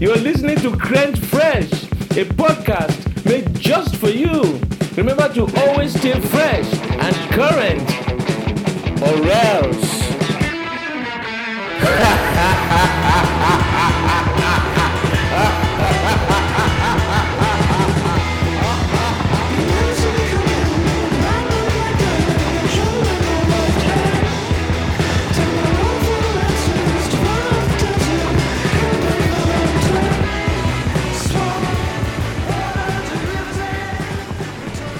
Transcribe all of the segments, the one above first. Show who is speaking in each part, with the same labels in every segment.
Speaker 1: You're listening to Crunch Fresh, a podcast made just for you. Remember to always stay fresh and current, or else.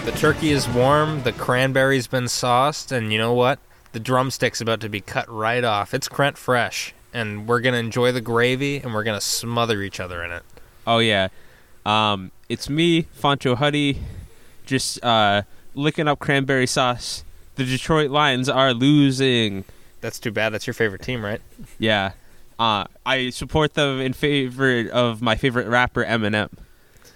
Speaker 2: The turkey is warm, the cranberry's been sauced, and you know what? The drumstick's about to be cut right off. It's crent fresh, and we're gonna enjoy the gravy, and we're gonna smother each other in it.
Speaker 3: Oh yeah, um, it's me, Foncho Huddy, just uh, licking up cranberry sauce. The Detroit Lions are losing.
Speaker 2: That's too bad. That's your favorite team, right?
Speaker 3: Yeah, uh, I support them in favor of my favorite rapper Eminem.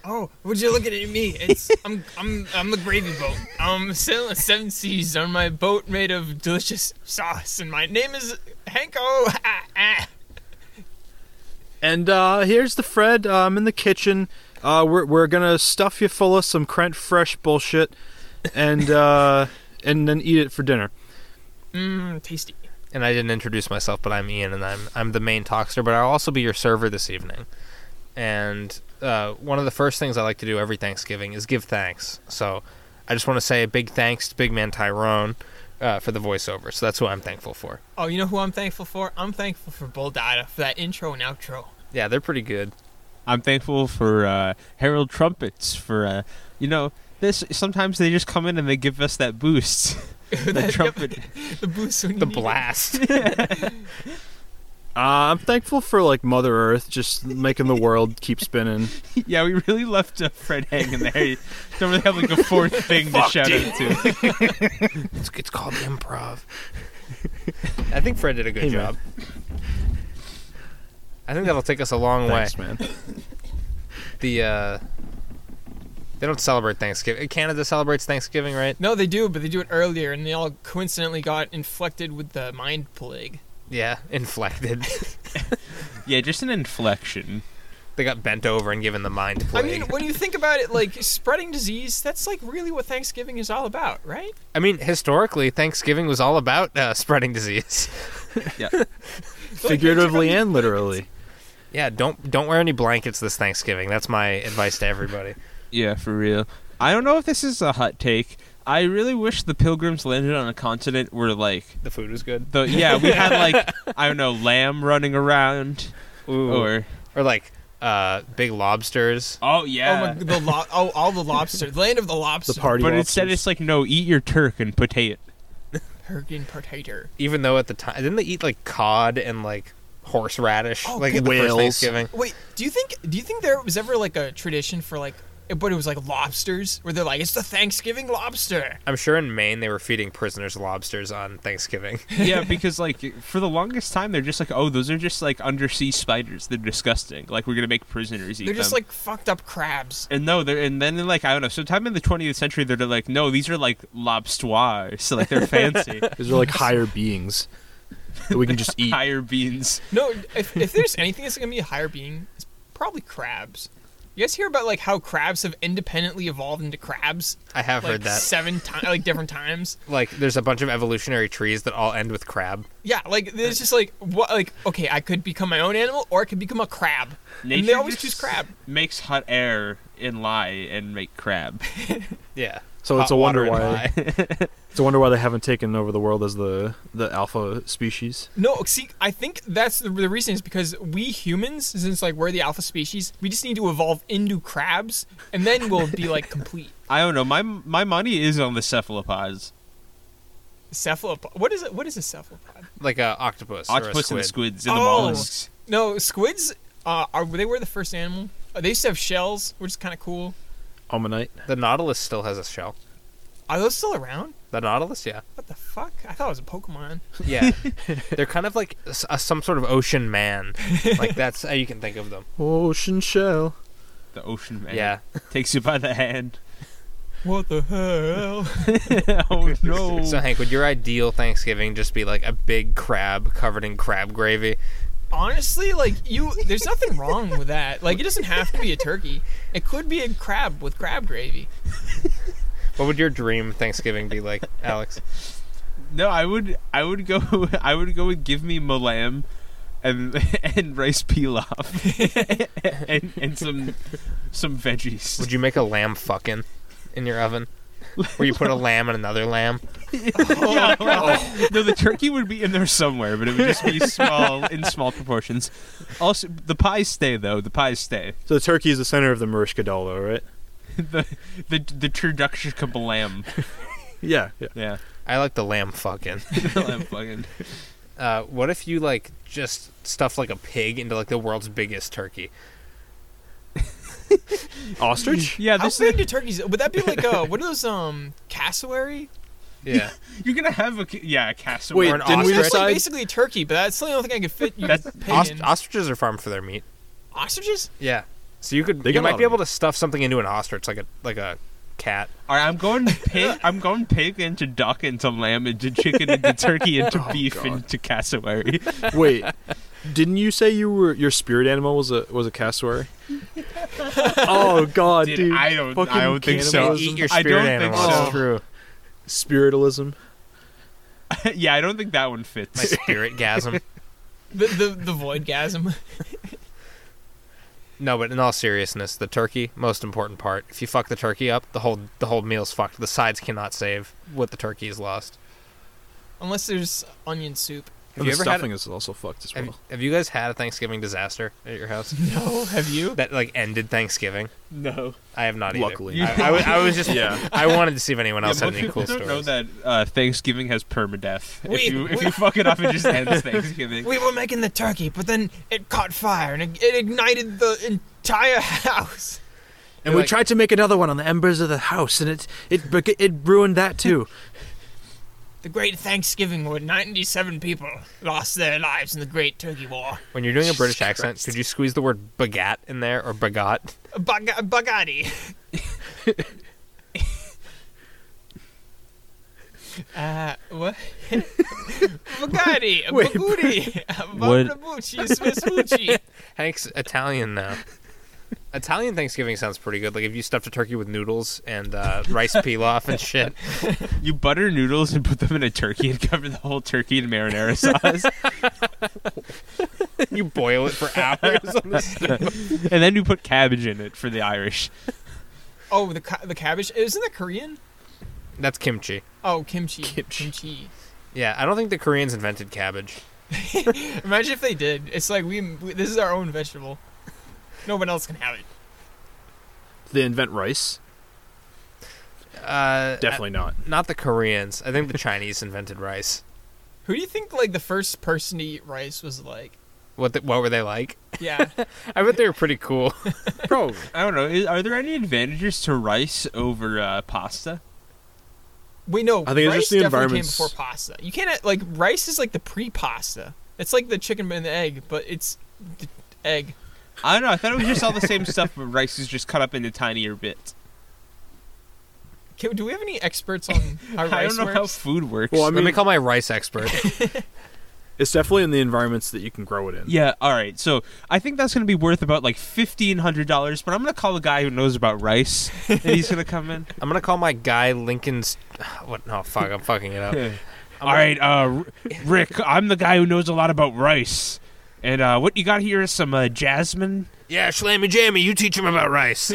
Speaker 4: Oh, would you look at it, me? It's I'm I'm I'm the gravy boat. I'm sailing seven seas on my boat made of delicious sauce, and my name is Hanko. Ah, ah.
Speaker 5: And uh, here's the Fred. Uh, I'm in the kitchen. Uh, we're we're gonna stuff you full of some Crent Fresh bullshit, and uh, and then eat it for dinner.
Speaker 4: Mmm, tasty.
Speaker 2: And I didn't introduce myself, but I'm Ian, and I'm I'm the main talkster, but I'll also be your server this evening. And uh, one of the first things I like to do every Thanksgiving is give thanks. So I just want to say a big thanks to Big Man Tyrone uh, for the voiceover. So that's what I'm thankful for.
Speaker 4: Oh, you know who I'm thankful for? I'm thankful for Boldada for that intro and outro.
Speaker 2: Yeah, they're pretty good.
Speaker 3: I'm thankful for uh, Harold Trumpets for uh, you know this. Sometimes they just come in and they give us that boost. the trumpet,
Speaker 4: The boost when you
Speaker 2: The
Speaker 4: need it.
Speaker 2: blast.
Speaker 5: Uh, I'm thankful for like Mother Earth just making the world keep spinning.
Speaker 3: yeah, we really left uh, Fred hanging there. You don't really have like a fourth thing to shout out to.
Speaker 2: It's, it's called improv. I think Fred did a good
Speaker 5: Hey, man.
Speaker 2: job. I think that'll take us a long
Speaker 5: Thanks,
Speaker 2: way.
Speaker 5: man.
Speaker 2: The uh, they don't celebrate Thanksgiving. Canada celebrates Thanksgiving, right?
Speaker 4: No, they do, but they do it earlier, and they all coincidentally got inflected with the mind plague.
Speaker 2: Yeah, inflected.
Speaker 3: Yeah, just an inflection.
Speaker 2: they got bent over and given the mind
Speaker 4: I
Speaker 2: plague.
Speaker 4: mean, when you think about it, like spreading disease, that's like really what Thanksgiving is all about, right?
Speaker 2: historically, Thanksgiving was all about uh, spreading disease.
Speaker 3: Yeah.
Speaker 5: Figuratively and literally.
Speaker 2: yeah, don't don't wear any blankets this Thanksgiving. That's my advice to everybody.
Speaker 3: Yeah, for real. I don't know if this is a hot take. I really wish the pilgrims landed on a continent where like
Speaker 2: The food was good.
Speaker 3: the yeah, we had like I don't know, lamb running around or
Speaker 2: or like uh, big lobsters.
Speaker 3: oh
Speaker 4: Oh, my,
Speaker 3: yeah.
Speaker 4: the lo- oh, all the lobster, the land of the lobster,
Speaker 5: The party.
Speaker 3: but instead
Speaker 5: lobsters.
Speaker 3: it's like no, eat your turk and potato.
Speaker 4: Hurricane Potato.
Speaker 2: Even though at the time, didn't they eat like cod and like horseradish?
Speaker 4: Oh,
Speaker 2: like at the first
Speaker 5: whales.
Speaker 2: Thanksgiving.
Speaker 4: Wait, do you think do you think there was ever like a tradition for like, but it was like lobsters, where they're like it's the Thanksgiving lobster.
Speaker 2: I'm sure in Maine they were feeding prisoners lobsters on Thanksgiving.
Speaker 3: yeah, because like for the longest time they're just like, oh, those are just like undersea spiders. They're disgusting. Like we're gonna make prisoners eat
Speaker 4: They're just
Speaker 3: them.
Speaker 4: like fucked up crabs.
Speaker 3: and no, they're and then like I don't know. Sometime in the 20th century, they're like, no, these are like lobstoirs. So like they're fancy,
Speaker 5: These are like higher beings that we can just eat.
Speaker 3: higher beans.
Speaker 4: No, if, if there's anything that's gonna be a higher being, it's probably crabs. You guys hear about like how crabs have independently evolved into crabs?
Speaker 2: I have
Speaker 4: like
Speaker 2: heard that.
Speaker 4: seven times, like different times.
Speaker 2: like, there's a bunch of evolutionary trees that all end with crab.
Speaker 4: Yeah, like there's just like what, like okay, I could become my own animal, or I could become a crab. and they
Speaker 3: Nature
Speaker 4: always
Speaker 3: just
Speaker 4: choose crab.
Speaker 3: Makes hot air and lie and make crab.
Speaker 2: Yeah.
Speaker 5: So it's
Speaker 2: Hot
Speaker 5: a wonder
Speaker 2: water and
Speaker 5: why
Speaker 2: pie.
Speaker 5: it's a wonder why they haven't taken over the world as the the alpha species.
Speaker 4: No, see, I think that's the, the reason is because we humans, since like we're the alpha species, we just need to evolve into crabs, and then we'll be like complete
Speaker 3: I don't know. My my money is on the cephalopods,
Speaker 4: cephalopod. What is it? What is a cephalopod?
Speaker 2: like a octopus. or a
Speaker 3: octopus
Speaker 2: squid.
Speaker 3: and the squids and the
Speaker 4: Oh.
Speaker 3: mollusks.
Speaker 4: No, squids uh, are they were the first animal. Uh, they used to have shells, which is kind of cool.
Speaker 5: Almanite.
Speaker 2: The nautilus still has a shell.
Speaker 4: Are those still around?
Speaker 2: The nautilus, yeah,
Speaker 4: What the fuck? I thought it was a Pokemon.
Speaker 2: yeah. They're kind of like s- uh, some sort of ocean man. Like that's how you can think of them.
Speaker 5: Ocean shell.
Speaker 3: The ocean man
Speaker 2: Yeah.
Speaker 3: takes you by the hand.
Speaker 4: What the hell?
Speaker 3: oh no!
Speaker 2: So Hank, would your ideal Thanksgiving just be like a big crab covered in crab gravy?
Speaker 4: honestly, like you, there's nothing wrong with that. Like it doesn't have to be a turkey. It could be a crab with crab gravy.
Speaker 2: What would your dream Thanksgiving be like, Alex?
Speaker 3: No, I would I would go I would go and give me malam and and rice pilaf and and some some veggies.
Speaker 2: Would you make a lamb fucking in your oven? Where you put a lamb and another lamb?
Speaker 4: Oh,
Speaker 3: Yeah. no, the turkey would be in there somewhere, but it would just be small in small proportions. Also, the pies stay though. The pies stay.
Speaker 5: So the turkey is the center of the Mershkadolo, right?
Speaker 3: The the the turducken kablam.
Speaker 5: Yeah, yeah.
Speaker 3: Yeah,
Speaker 2: I like the lamb fucking.
Speaker 3: The lamb fucking.
Speaker 2: Uh, what if you like just stuff like a pig into like the world's biggest turkey?
Speaker 5: Ostrich?
Speaker 3: Yeah,
Speaker 4: How
Speaker 3: this
Speaker 4: big do turkeys? Would that be like uh what are those um cassowary?
Speaker 2: Yeah.
Speaker 3: you're gonna have a ca- yeah a cassowary.
Speaker 5: Wait,
Speaker 2: Or an
Speaker 5: didn't we
Speaker 2: ostrich.
Speaker 4: That's like
Speaker 5: decide?
Speaker 4: basically a turkey, but that's the only thing I could fit. You
Speaker 3: That's-
Speaker 4: pig
Speaker 2: Ost-
Speaker 4: in.
Speaker 2: ostriches are farmed for their meat.
Speaker 4: ostriches?
Speaker 2: Yeah. So you could
Speaker 5: They
Speaker 2: you
Speaker 5: got a lot
Speaker 2: might be
Speaker 5: of
Speaker 2: able to stuff something into an ostrich like a like a cat.
Speaker 3: All right, I'm going pig. I'm going pig into duck into lamb into chicken into turkey into
Speaker 4: Oh,
Speaker 3: beef into cassowary.
Speaker 5: Wait, didn't you say you were your spirit animal was a was a cassowary? oh God,
Speaker 3: Dude,
Speaker 5: dude!
Speaker 3: I don't- I
Speaker 5: Fucking
Speaker 3: don't think so.
Speaker 5: cannibalism.
Speaker 2: Eat your
Speaker 3: I
Speaker 2: spirit
Speaker 3: don't think
Speaker 2: animal.
Speaker 3: so.
Speaker 5: Oh, true. Spiritalism.
Speaker 3: yeah, I don't think that one
Speaker 2: My
Speaker 3: fits.
Speaker 2: spirit gasm.
Speaker 4: The the the voidgasm.
Speaker 2: No, but in all seriousness, the turkey, most important part. If you fuck the turkey up, the whole the whole meal's fucked. The sides cannot save what the turkey has lost.
Speaker 4: Unless there's onion soup.
Speaker 2: Have
Speaker 5: And
Speaker 2: you
Speaker 5: the
Speaker 2: ever had-
Speaker 5: stuffing is also fucked as
Speaker 2: Have,
Speaker 5: well.
Speaker 2: have you guys had a Thanksgiving disaster at your house
Speaker 4: No, have you?
Speaker 2: that like ended Thanksgiving?
Speaker 3: no.
Speaker 2: I have not.
Speaker 5: Luckily.
Speaker 2: either. I, I, was, I was just.
Speaker 5: Yeah.
Speaker 2: I wanted to see if anyone
Speaker 3: Yeah,
Speaker 2: else
Speaker 3: most
Speaker 2: had any
Speaker 3: people
Speaker 2: cool
Speaker 3: don't
Speaker 2: stories.
Speaker 3: know that uh, Thanksgiving has permadeath. If
Speaker 4: We-
Speaker 3: you if
Speaker 4: we-
Speaker 3: you fuck it up, it just ends Thanksgiving.
Speaker 4: We were making the turkey, but then it caught fire and it, it ignited the entire house.
Speaker 5: And we tried to make another one on the embers of the house, and it it bec- it ruined that too.
Speaker 4: The Great Thanksgiving, where 97 people lost their lives in the Great Turkey War.
Speaker 2: When you're doing a British accent, could you squeeze the word bagat in there or bagat?
Speaker 4: Bug- Bugatti. uh, what? Bugatti.
Speaker 5: Wait,
Speaker 4: Bugatti.
Speaker 3: what-
Speaker 4: Babucci. Smismucci.
Speaker 2: Hank's Italian now. Italian Thanksgiving sounds pretty good. Like if you stuffed a turkey with noodles and uh, rice pilaf and shit.
Speaker 3: You butter noodles and put them in a turkey and cover the whole turkey in marinara sauce,
Speaker 2: You boil it for hours on the
Speaker 3: and then you put cabbage in it for the Irish.
Speaker 4: Oh, the, ca- the cabbage. Isn't that Korean?
Speaker 2: That's kimchi.
Speaker 4: Oh, kimchi.
Speaker 5: Kimchi.
Speaker 4: Kimchi.
Speaker 2: Yeah, I don't think the Koreans invented cabbage.
Speaker 4: Imagine if they did. It's like we, we this is our own vegetable. No one else can have it.
Speaker 5: they invent rice?
Speaker 2: Uh,
Speaker 5: Definitely not.
Speaker 2: uh, not the Koreans. I think the Chinese invented rice.
Speaker 4: Who do you think like the first person to eat rice was like?
Speaker 2: What the, what were they like?
Speaker 4: Yeah.
Speaker 2: I bet they were pretty cool.
Speaker 5: Probably.
Speaker 3: I don't know. Is, are there any advantages to rice over uh, pasta?
Speaker 4: Wait, no.
Speaker 5: I think it's
Speaker 4: rice
Speaker 5: just the
Speaker 4: definitely came
Speaker 5: environments.
Speaker 4: before pasta. You can't uh, like rice is like the pre-pasta. It's like the chicken and the egg, but it's the egg.
Speaker 3: I don't know. I thought it was just all the same stuff, but rice is just cut up into tinier bits.
Speaker 4: Can, do we have any experts on how
Speaker 3: I
Speaker 4: rice
Speaker 3: don't know how
Speaker 4: works?
Speaker 3: food works.
Speaker 5: Well, I
Speaker 2: Let me
Speaker 5: mean-
Speaker 2: call my rice expert.
Speaker 5: It's definitely in the environments that you can grow it in.
Speaker 3: yeah, all right. So I think that's going to be worth about like fifteen hundred dollars. But I'm going to call a guy who knows about rice, and he's going to come in.
Speaker 2: I'm gonna call my guy Lincoln's. What? No, fuck. I'm fucking it up.
Speaker 3: All right, uh, R- Rick, I'm the guy who knows a lot about rice. And uh, what you got here is some uh, jasmine.
Speaker 2: Yeah, Shlammy Jammy, you teach him about rice.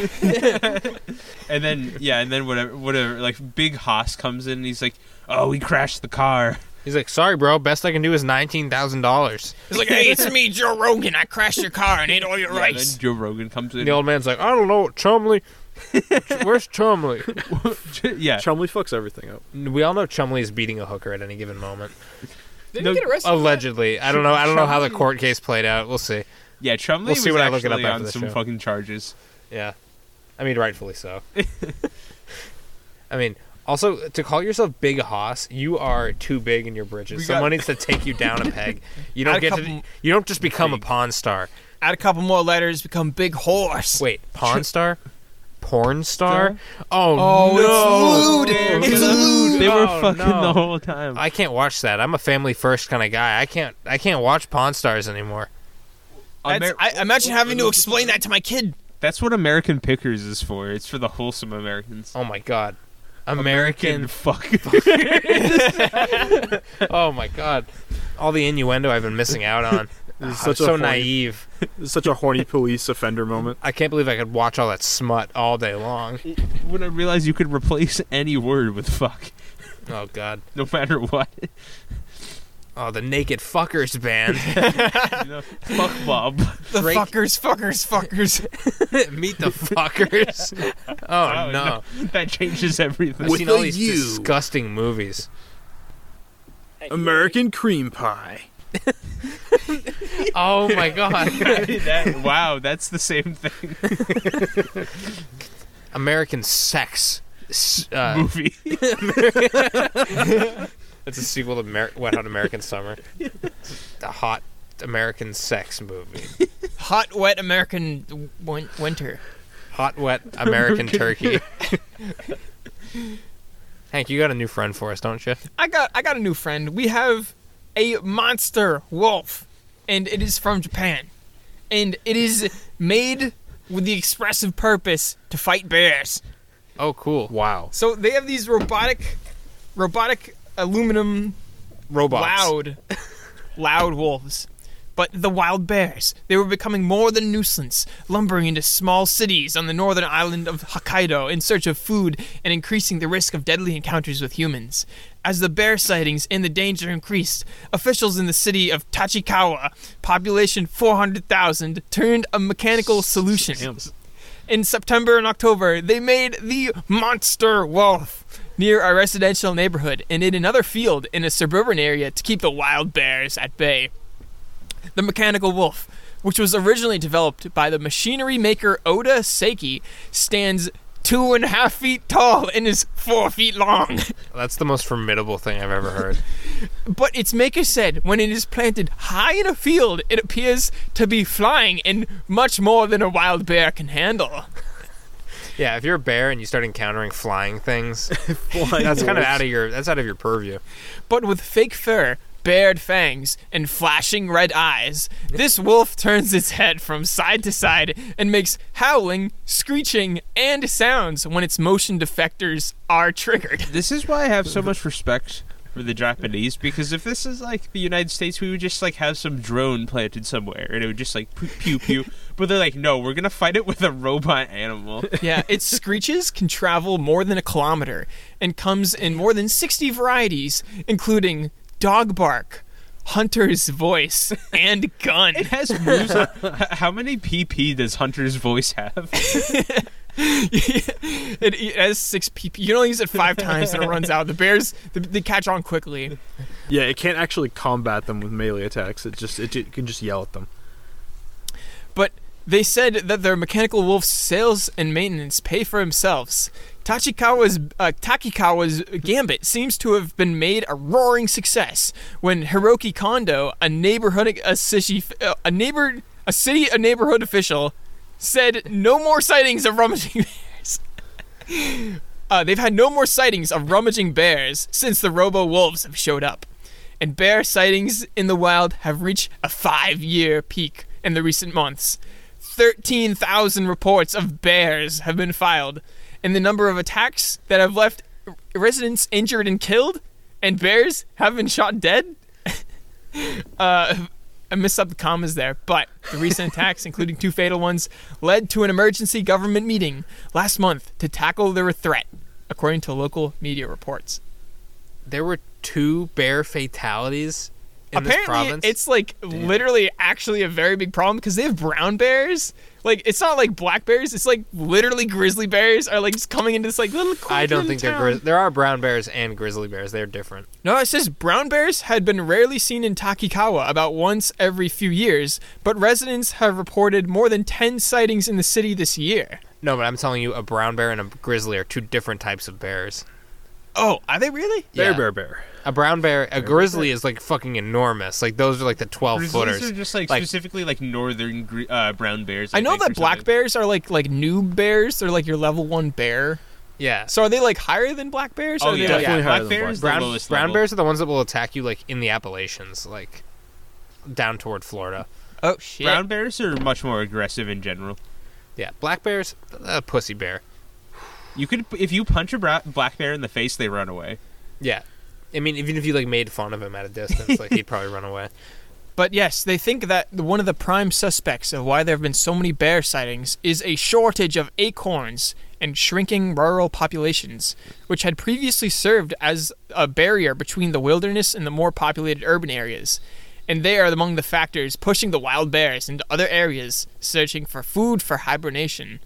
Speaker 3: And then yeah, and then whatever, whatever. Like Big Haas comes in and he's like, "Oh, we crashed the car."
Speaker 2: He's like, sorry, bro. Best I can do is nineteen thousand dollars.
Speaker 4: It's like, hey, it's me, Joe Rogan. I crashed your car and ate all your
Speaker 3: And then
Speaker 4: rice.
Speaker 3: Joe Rogan comes in.
Speaker 2: The old man's like, I don't know, Chumley. Where's Chumley?
Speaker 3: yeah,
Speaker 5: Chumley fucks everything up.
Speaker 2: We all know Chumley is beating a hooker at any given moment.
Speaker 4: Didn't
Speaker 3: no-
Speaker 4: you get arrested?
Speaker 5: oh.
Speaker 4: for that?
Speaker 2: Allegedly, I don't know. I don't know how the court case played out. We'll see.
Speaker 3: yeah. Chumley
Speaker 2: We'll see
Speaker 3: was
Speaker 2: when I look it up
Speaker 3: actually
Speaker 2: after
Speaker 3: on
Speaker 2: the
Speaker 3: some
Speaker 2: show.
Speaker 3: fucking charges.
Speaker 2: Yeah, I mean, rightfully so. I mean, also to call yourself Big Hoss, you are too big in your britches.
Speaker 4: We got-
Speaker 2: Someone needs to take you down a peg. You
Speaker 4: Add
Speaker 2: don't
Speaker 4: a
Speaker 2: get to.
Speaker 4: couple-
Speaker 2: You don't just become a pawn star.
Speaker 4: Add a couple more letters, become big horse.
Speaker 2: Wait, pawn star, porn star. Oh,
Speaker 4: Oh,
Speaker 2: no.
Speaker 4: it's lewd. It's
Speaker 2: lewd.
Speaker 3: They were
Speaker 2: Oh,
Speaker 3: fucking
Speaker 2: no.
Speaker 3: the whole time.
Speaker 2: I can't watch that. I'm a family first kind of guy. I can't I can't watch Pawn Stars anymore.
Speaker 4: That's,
Speaker 3: Amer-
Speaker 4: I, imagine having to explain that to my kid.
Speaker 3: That's what American Pickers is for. It's for the wholesome Americans.
Speaker 2: Oh my god. American.
Speaker 3: fuck.
Speaker 2: oh my god. All the innuendo I've been missing out on.
Speaker 5: This is
Speaker 2: Ah,
Speaker 5: such a
Speaker 2: so
Speaker 5: horny-
Speaker 2: naive.
Speaker 5: This is such a horny police offender moment.
Speaker 2: I can't believe I could watch all that smut all day long.
Speaker 3: when I realized you could replace any word with fuck,
Speaker 2: Oh god.
Speaker 3: no matter what.
Speaker 2: Oh, the naked fuckers band.
Speaker 3: You know, fuck Bob.
Speaker 4: The
Speaker 2: Break-
Speaker 4: fuckers, fuckers, fuckers.
Speaker 2: Meet the fuckers. Oh,
Speaker 3: Oh,
Speaker 2: no.
Speaker 3: That changes everything.
Speaker 2: I've
Speaker 5: With
Speaker 2: seen all
Speaker 5: a
Speaker 2: these
Speaker 5: U.
Speaker 2: disgusting movies.
Speaker 5: American cream pie.
Speaker 2: Oh my god.
Speaker 3: That- wow, that's the same thing.
Speaker 2: American sex. S- Uh,
Speaker 3: Movie.
Speaker 2: it's a sequel to Amer- Wet Hot American Summer. A hot American sex movie.
Speaker 4: Hot, wet American w- win- winter.
Speaker 2: Hot wet American turkey. Hank, you got a new friend for us, don't you?
Speaker 4: I got I got a new friend. We have a monster wolf, and it is from Japan, and it is made with the expressive purpose to fight bears.
Speaker 2: Oh, cool. Wow.
Speaker 4: So they have these robotic, robotic aluminum
Speaker 2: Robots.
Speaker 4: loud, loud wolves. But the wild bears, they were becoming more than a nuisance, lumbering into small cities on the northern island of Hokkaido in search of food and increasing the risk of deadly encounters with humans. As the bear sightings and the danger increased, officials in the city of Tachikawa, population 400,000, turned a mechanical solution. In September and October, they made the Monster Wolf near our residential neighborhood and in another field in a suburban area to keep the wild bears at bay. The Mechanical Wolf, which was originally developed by the machinery maker Oda Seiki, stands two and a half feet tall and is four feet long.
Speaker 2: That's the most formidable thing I've ever heard.
Speaker 4: But its maker said when it is planted high in a field, it appears to be flying and much more than a wild bear can handle.
Speaker 2: Yeah, if you're a bear and you start encountering flying things, that's kind of out of your that's out of your purview.
Speaker 4: but with fake fur, bared fangs, and flashing red eyes, this wolf turns its head from side to side and makes howling, screeching, and sounds when its motion defectors are triggered.
Speaker 3: This is why I have so much respect for the Japanese because if this is like the United States, we would just like have some drone planted somewhere and it would just like pew pew. pew. but they're like, no, we're gonna fight it with a robot animal.
Speaker 4: yeah, its screeches can travel more than a kilometer and comes in more than 60 varieties, including dog bark, hunter's voice, and gun.
Speaker 3: It has moves. on- h- how many PP does Hunter's voice have?
Speaker 4: it, it has six PP. You can only use it five times and it runs out. The bears, they, they catch on quickly.
Speaker 5: Yeah, it can't actually combat them with melee attacks. It just it, it can just yell at them.
Speaker 4: but they said that their mechanical wolf's sales and maintenance pay for themselves. Tachikawa's uh, Takikawa's gambit seems to have been made a roaring success when Hiroki Kondo, a neighborhood a city uh, a neighbor a city a neighborhood official, said no more sightings of rummaging bears. Uh, they've had no more sightings of rummaging bears since the Robo Wolves have showed up. And bear sightings in the wild have reached a five year peak in the recent months. 13,000 reports of bears have been filed, and the number of attacks that have left residents injured and killed, and bears have been shot dead. uh, I missed up the commas there, but the recent attacks, including two fatal ones, led to an emergency government meeting last month to tackle their threat, according to local media reports.
Speaker 2: There were two bear fatalities in this
Speaker 4: Apparently,
Speaker 2: province.
Speaker 4: it's like literally actually a very big problem because they have brown bears. Like it's not like black bears. It's like literally grizzly bears are like just coming into this like little.
Speaker 2: I
Speaker 4: quiet
Speaker 2: don't
Speaker 4: little
Speaker 2: think
Speaker 4: town.
Speaker 2: they're grizz- there are brown bears and grizzly bears. They're different.
Speaker 4: No, it says brown bears had been rarely seen in Takikawa about once every few years, but residents have reported more than ten sightings in the city this year.
Speaker 2: No, but I'm telling you, a brown bear and a grizzly are two different types of bears.
Speaker 4: Oh, are they really?
Speaker 5: Bear,
Speaker 2: Yeah.
Speaker 5: bear, bear.
Speaker 2: A brown bear, a grizzly is like fucking enormous. Like those are like the twelve
Speaker 3: Grizzlies
Speaker 2: footers.
Speaker 3: are just like,
Speaker 2: Like-
Speaker 3: specifically like northern gre- uh, brown bears. I,
Speaker 4: I know
Speaker 3: think, or
Speaker 4: that black
Speaker 3: something.
Speaker 4: bears are like like noob bears. They're like your level one bear.
Speaker 2: Yeah.
Speaker 4: So are they like higher than black bears?
Speaker 3: Oh
Speaker 4: Are they,
Speaker 3: yeah,
Speaker 4: like-
Speaker 5: Definitely higher
Speaker 3: black
Speaker 5: than
Speaker 3: bears.
Speaker 5: black.
Speaker 3: the
Speaker 2: brown
Speaker 3: lowest
Speaker 2: brown
Speaker 3: level.
Speaker 2: bears are the ones that will attack you like in the Appalachians, like down toward Florida.
Speaker 4: Oh shit.
Speaker 3: Brown bears are much more aggressive in general.
Speaker 2: Yeah, black bears, a pussy bear.
Speaker 3: You could, if you punch a bra- black bear in the face, they run away.
Speaker 2: Yeah, I mean, even if you like made fun of him at a distance, like he'd probably run away.
Speaker 4: But yes, they think that one of the prime suspects of why there have been so many bear sightings is a shortage of acorns and shrinking rural populations, which had previously served as a barrier between the wilderness and the more populated urban areas. And they are among the factors pushing the wild bears into other areas searching for food for hibernation.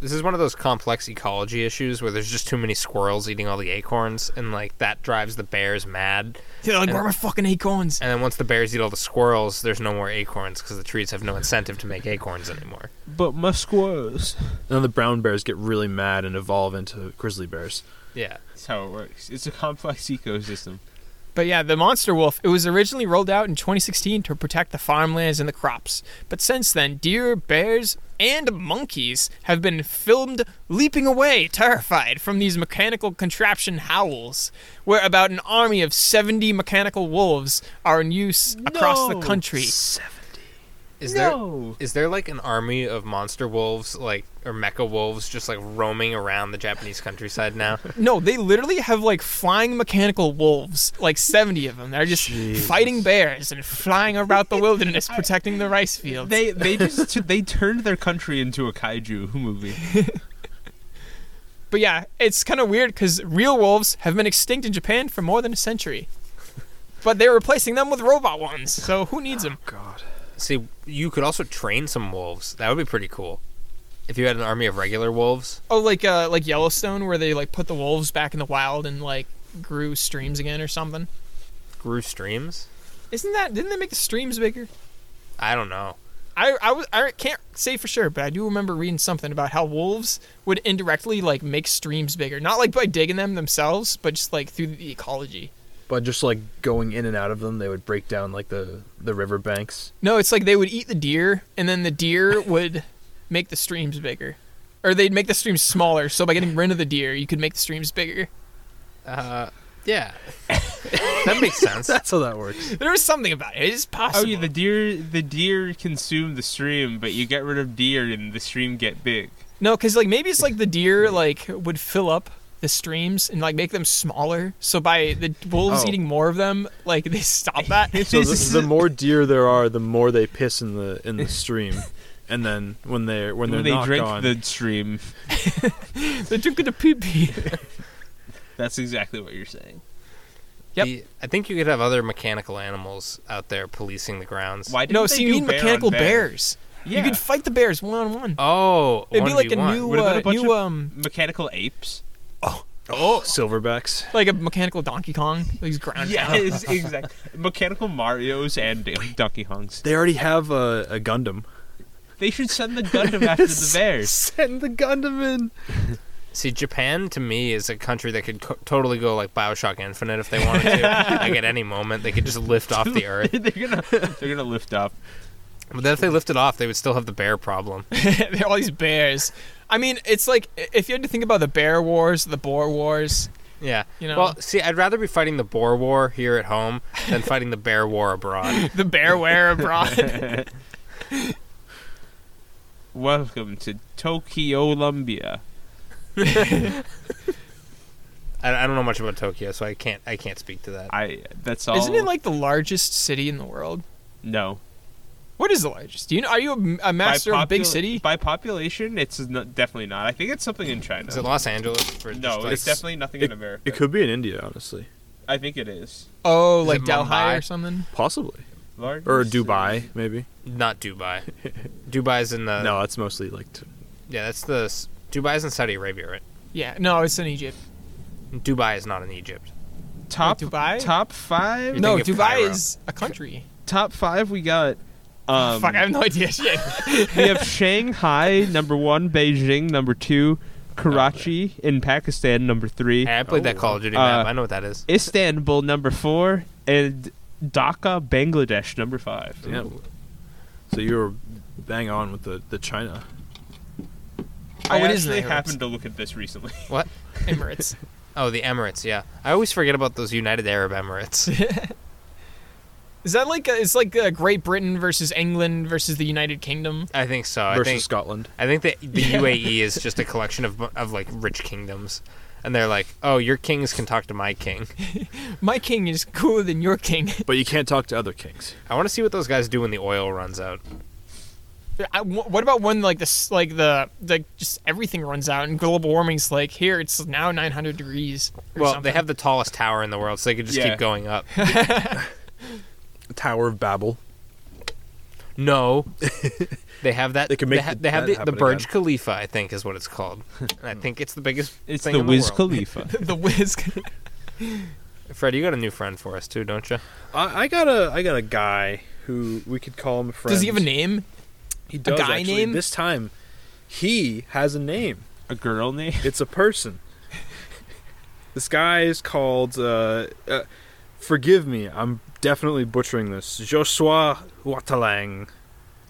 Speaker 2: This is one of those complex ecology issues where there's just too many squirrels eating all the acorns, and like that drives the bears mad.
Speaker 4: They're like, where are my fucking acorns?
Speaker 2: And then once the bears eat all the squirrels, there's no more acorns because the trees have no incentive to make acorns anymore.
Speaker 3: But my squirrels.
Speaker 5: Now the brown bears get really mad and evolve into grizzly bears.
Speaker 2: Yeah,
Speaker 3: That's how it works. It's a complex ecosystem.
Speaker 4: But yeah, the monster wolf, it was originally rolled out in 2016 to protect the farmlands and the crops. But since then, deer, bears, and monkeys have been filmed leaping away, terrified from these mechanical contraption howls, where about an army of 70 mechanical wolves are in use across the
Speaker 3: No.
Speaker 4: country.
Speaker 2: is there
Speaker 3: no.
Speaker 2: is there like an army of monster wolves, like or mecha wolves, just like roaming around the Japanese countryside now?
Speaker 4: No, they literally have like flying mechanical wolves, like 70 of them. They're just fighting bears and flying about the wilderness, protecting the rice fields.
Speaker 3: They they just they turned their country into a kaiju movie.
Speaker 4: But yeah, it's kind of weird because real wolves have been extinct in Japan for more than a century. But they're replacing them with robot ones, so who needs them?
Speaker 5: God.
Speaker 2: See, you could also train some wolves. That would be pretty cool. If you had an army of regular wolves.
Speaker 4: Oh, like uh, like Yellowstone, where they like put the wolves back in the wild and like grew streams again or something.
Speaker 2: grew streams.
Speaker 4: Isn't that? Didn't they make the streams bigger?
Speaker 2: I don't know.
Speaker 4: I I, was, I can't say for sure, but I do remember reading something about how wolves would indirectly like make streams bigger, not like by digging them themselves, but just like through the ecology.
Speaker 5: But just like going in and out of them, they would break down like the the river banks.
Speaker 4: No, it's like they would eat the deer, and then the deer would make the streams bigger, or they'd make the streams smaller. So by getting rid of the deer, you could make the streams bigger.
Speaker 2: Uh, yeah, that makes sense.
Speaker 5: That's how that works.
Speaker 4: There was something about it. It is
Speaker 3: Oh
Speaker 4: possible.
Speaker 3: yeah, the deer the deer consume the stream, but you get rid of deer and the stream get big.
Speaker 4: no, because like maybe it's like the deer like would fill up the streams and like make them smaller. So by the wolves
Speaker 5: Oh.
Speaker 4: eating more of them, like they stop that.
Speaker 5: So
Speaker 3: This is-
Speaker 5: the, the more deer there are, the more they piss in the in the stream, and then when they when they're
Speaker 3: When they
Speaker 5: not
Speaker 3: drink
Speaker 5: gone,
Speaker 3: the stream.
Speaker 4: they drink the pee pee.
Speaker 3: That's exactly what you're saying.
Speaker 4: Yep.
Speaker 2: The- I think you could have other mechanical animals out there policing the grounds.
Speaker 3: Why did
Speaker 4: No,
Speaker 3: they
Speaker 4: see,
Speaker 3: do
Speaker 4: you mean
Speaker 3: bear on
Speaker 4: mechanical
Speaker 3: bear?
Speaker 4: bears.
Speaker 3: Yeah. Uh,
Speaker 4: You could fight the bears one on one.
Speaker 2: Oh,
Speaker 4: It'd be like a
Speaker 2: 1v1.
Speaker 4: new,
Speaker 3: What about a
Speaker 4: uh,
Speaker 3: bunch
Speaker 4: new
Speaker 3: of-
Speaker 4: um,
Speaker 3: mechanical apes.
Speaker 5: oh silverbacks.
Speaker 4: like a mechanical Donkey Kong. He's ground down.
Speaker 3: Yes, exactly. Mechanical Mario's and Donkey Kongs.
Speaker 5: They already have a, a Gundam.
Speaker 3: They should send the Gundam after the bears.
Speaker 5: Send the Gundam in.
Speaker 2: See, Japan to me is a country that could co- totally go like Bioshock Infinite if they wanted to. like at any moment, they could just lift off the earth.
Speaker 3: they're gonna they're gonna lift up.
Speaker 2: But then if they lifted off, they would still have the bear problem.
Speaker 4: They're all these bears. I mean, it's like i- if you had to think about the bear wars, the boar wars.
Speaker 2: Yeah.
Speaker 4: You know.
Speaker 2: Well, see, I'd rather be fighting the boar war here at home than fighting the bear war abroad.
Speaker 4: The bear wear abroad.
Speaker 3: Welcome to Tokyo Lumbia.
Speaker 2: I, I don't know much about Tokyo, so I can't. I can't speak to that.
Speaker 3: I that's all.
Speaker 2: Oh.
Speaker 4: Isn't it like the largest city in the world?
Speaker 3: no
Speaker 4: What is the largest? Do you know? Are you a, a
Speaker 3: By
Speaker 4: master of big
Speaker 3: popula-
Speaker 4: city?
Speaker 3: by population? It's not, definitely not. I think it's something in China.
Speaker 2: Is it Los Angeles? Or
Speaker 3: no,
Speaker 2: just, like,
Speaker 3: it's definitely nothing in America.
Speaker 5: It could be in India, honestly,
Speaker 3: I think it is.
Speaker 4: Oh,
Speaker 2: Is
Speaker 4: like
Speaker 2: it
Speaker 4: Delhi
Speaker 2: Mumbai?
Speaker 4: or something.
Speaker 5: possibly,
Speaker 3: Largest
Speaker 5: or
Speaker 3: city.
Speaker 5: Dubai maybe.
Speaker 2: not Dubai. Dubai's in the
Speaker 5: no, that's mostly like t-
Speaker 2: Yeah, that's the s- Dubai's in Saudi Arabia, right?
Speaker 4: Yeah. No, it's in Egypt.
Speaker 2: Dubai is not in Egypt.
Speaker 3: Top
Speaker 4: Wait, Dubai?
Speaker 3: Top five.
Speaker 2: You're
Speaker 4: No,
Speaker 2: thinking of
Speaker 4: Dubai
Speaker 2: Cairo.
Speaker 4: is a country.
Speaker 3: Top five. We got. Um,
Speaker 4: Fuck, I have no idea. Shit.
Speaker 3: we have Shanghai number one, Beijing number two, Karachi in Pakistan number three,
Speaker 2: Hey, I played that
Speaker 5: Oh.
Speaker 2: Call of Duty
Speaker 3: Uh,
Speaker 2: map. I know what that is.
Speaker 3: Istanbul number four, and Dhaka, Bangladesh number five.
Speaker 5: yeah. So you were bang on with the the China.
Speaker 3: I
Speaker 4: Oh, it is
Speaker 3: actually
Speaker 4: Emirates.
Speaker 3: happened to look at this recently.
Speaker 2: What?
Speaker 4: Emirates.
Speaker 2: Oh, the Emirates. Yeah, I always forget about those United Arab Emirates.
Speaker 4: Is that like a, it's like uh Great Britain versus England versus the United Kingdom?
Speaker 2: I think so. I
Speaker 5: versus
Speaker 2: think
Speaker 5: Scotland.
Speaker 2: I think that the UAE is just a collection of of like rich kingdoms, and they're like, oh, your kings can talk to my king.
Speaker 4: My king is cooler than your king.
Speaker 5: But you can't talk to other kings.
Speaker 2: I want to see what those guys do when the oil runs out.
Speaker 4: I, wh- what about when like this like the like just everything runs out and global warming's like here it's now 900 degrees. or
Speaker 2: Well,
Speaker 4: something.
Speaker 2: they have the tallest tower in the world, so they could just
Speaker 3: Yeah.
Speaker 2: keep going up.
Speaker 5: Tower of Babel.
Speaker 2: No, they have that.
Speaker 5: They can make
Speaker 2: ha-
Speaker 5: the-
Speaker 2: they have
Speaker 5: that
Speaker 2: the, the
Speaker 5: happen
Speaker 2: Burj
Speaker 5: again.
Speaker 2: Khalifa, I think, is what it's called. And I think it's the biggest.
Speaker 3: It's
Speaker 2: thing
Speaker 3: the
Speaker 2: in
Speaker 3: Wiz
Speaker 2: world.
Speaker 3: Khalifa.
Speaker 4: the whiz.
Speaker 2: Fred, you got a new friend for us too, don't you?
Speaker 5: I, I got a I got a guy who we could call him a friend.
Speaker 4: Does he have a name?
Speaker 5: He does
Speaker 4: guy
Speaker 5: actually.
Speaker 4: name?
Speaker 5: This time, he has a name.
Speaker 3: A girl name?
Speaker 5: It's a person. this guy is called. Uh, uh, forgive me, I'm definitely butchering this. Joshua Watalang.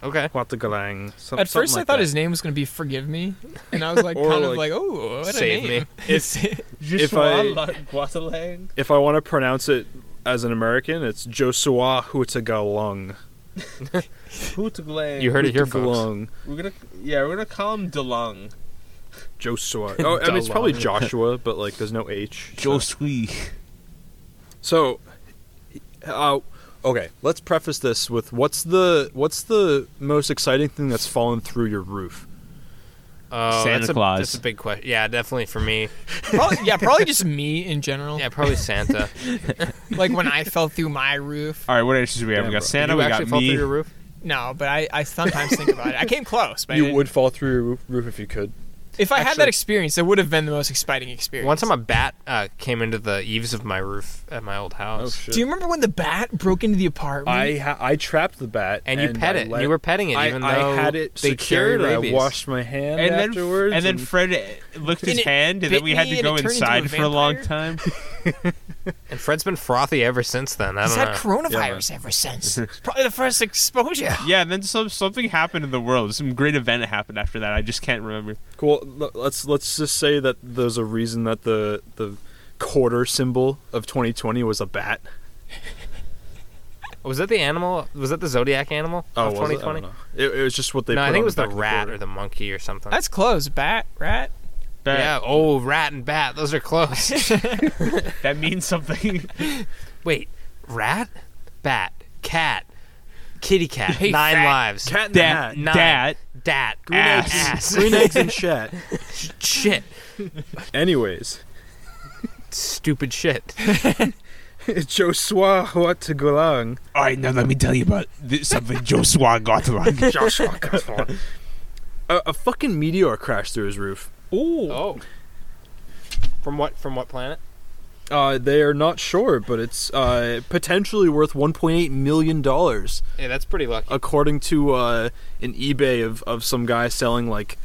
Speaker 2: Okay.
Speaker 5: Watagalang. some-
Speaker 4: At first,
Speaker 5: something
Speaker 4: I thought
Speaker 5: like that.
Speaker 4: his name was gonna be "Forgive Me," and I was like,
Speaker 5: Or,
Speaker 4: kind of like,
Speaker 5: like,
Speaker 4: "Oh, what
Speaker 2: Save
Speaker 4: a
Speaker 2: Me.
Speaker 4: name!"
Speaker 5: If I-
Speaker 3: Guatalang?
Speaker 5: If I want to pronounce it as an American, it's Joshua Hutagalung.
Speaker 3: Hootalang.
Speaker 2: You heard it here, folks.
Speaker 5: Hutagalung.
Speaker 3: We're gonna, yeah, we're gonna call him DeLong.
Speaker 5: Joshua. Oh, I mean, it's probably Joshua, but like there's no H.
Speaker 3: Sweet.
Speaker 5: So, uh, okay, let's preface this with what's the what's the most exciting thing that's fallen through your roof?
Speaker 2: Oh,
Speaker 3: Santa
Speaker 2: that's a,
Speaker 3: Claus.
Speaker 2: That's a big question. Yeah, definitely for me.
Speaker 4: probably, yeah, probably just me in general.
Speaker 2: Yeah, probably Santa.
Speaker 4: Like when I fell through my roof.
Speaker 3: All right, what answers do we have? We
Speaker 5: Damn,
Speaker 3: got
Speaker 5: bro.
Speaker 3: Santa.
Speaker 2: you
Speaker 3: We
Speaker 2: actually
Speaker 3: got
Speaker 2: fall
Speaker 3: me.
Speaker 2: through your roof?
Speaker 4: No, but I, I sometimes think about it. I came close, but I
Speaker 5: You
Speaker 4: didn't-
Speaker 5: would fall through your roof- roof if you could.
Speaker 4: if I had
Speaker 2: actually-
Speaker 4: that experience, it would have been the most exciting experience.
Speaker 2: One time a bat uh, came into the eaves of my roof at my
Speaker 5: Oh,
Speaker 2: old house.
Speaker 4: Do you remember when the bat broke into the apartment?
Speaker 5: I ha- I trapped the bat,
Speaker 2: and you pet
Speaker 5: I
Speaker 2: it. and
Speaker 5: let-
Speaker 2: you were petting it,
Speaker 5: I,
Speaker 2: even
Speaker 5: I
Speaker 2: though
Speaker 5: had it
Speaker 2: they
Speaker 5: secured.
Speaker 2: carry
Speaker 5: I
Speaker 2: rabies.
Speaker 5: washed my hand
Speaker 3: and then,
Speaker 5: afterwards,
Speaker 3: and then Fred uh, looked his
Speaker 4: And it
Speaker 3: hand, and
Speaker 4: bit
Speaker 3: then we had
Speaker 4: me
Speaker 3: to
Speaker 4: and
Speaker 3: go
Speaker 4: it turned into a
Speaker 3: inside for a long
Speaker 4: vampire.
Speaker 3: time.
Speaker 2: And Fred's been frothy ever since then. I
Speaker 4: He's
Speaker 2: don't
Speaker 4: had
Speaker 2: know.
Speaker 4: coronavirus ever since. It's probably the first exposure.
Speaker 3: yeah, and then some something happened in the world. Some great event happened after that. I just can't remember.
Speaker 5: cool. l- Let's let's just say that there's a reason that the the quarter symbol of 2020 was a bat.
Speaker 2: was that the animal? Was that the zodiac animal of
Speaker 5: Oh, was it? I
Speaker 2: 2020?
Speaker 5: don't know. It, it was just what they.
Speaker 2: No, I
Speaker 5: put
Speaker 2: think
Speaker 5: on
Speaker 2: it was
Speaker 5: the,
Speaker 2: the
Speaker 5: back of
Speaker 2: rat
Speaker 5: quarter.
Speaker 2: or the monkey or something.
Speaker 4: That's close. Bat, rat.
Speaker 3: That,
Speaker 2: Yeah. Oh, rat and bat. Those are close.
Speaker 3: that means something.
Speaker 2: Wait, rat, bat, cat, kitty cat.
Speaker 4: Hey,
Speaker 2: nine
Speaker 4: fat
Speaker 2: lives.
Speaker 5: cat in the
Speaker 3: that
Speaker 5: hat,
Speaker 2: Nine.
Speaker 3: that
Speaker 2: Dat.
Speaker 5: green eggs,
Speaker 2: Ass.
Speaker 5: green eggs and chat.
Speaker 2: Shit.
Speaker 5: Anyways,
Speaker 2: Stupid shit.
Speaker 5: Joshua Huatagulang.
Speaker 3: All right, now let me tell you about this, something Joshua got wrong.
Speaker 5: Joshua Huatagulang. a, a fucking meteor crashed through his roof.
Speaker 2: Oh. From what? From what planet?
Speaker 5: Uh, they are not sure, but it's uh, potentially worth 1.8 million dollars,
Speaker 2: Yeah, that's pretty lucky.
Speaker 5: according to uh, an eBay of, of some guy selling like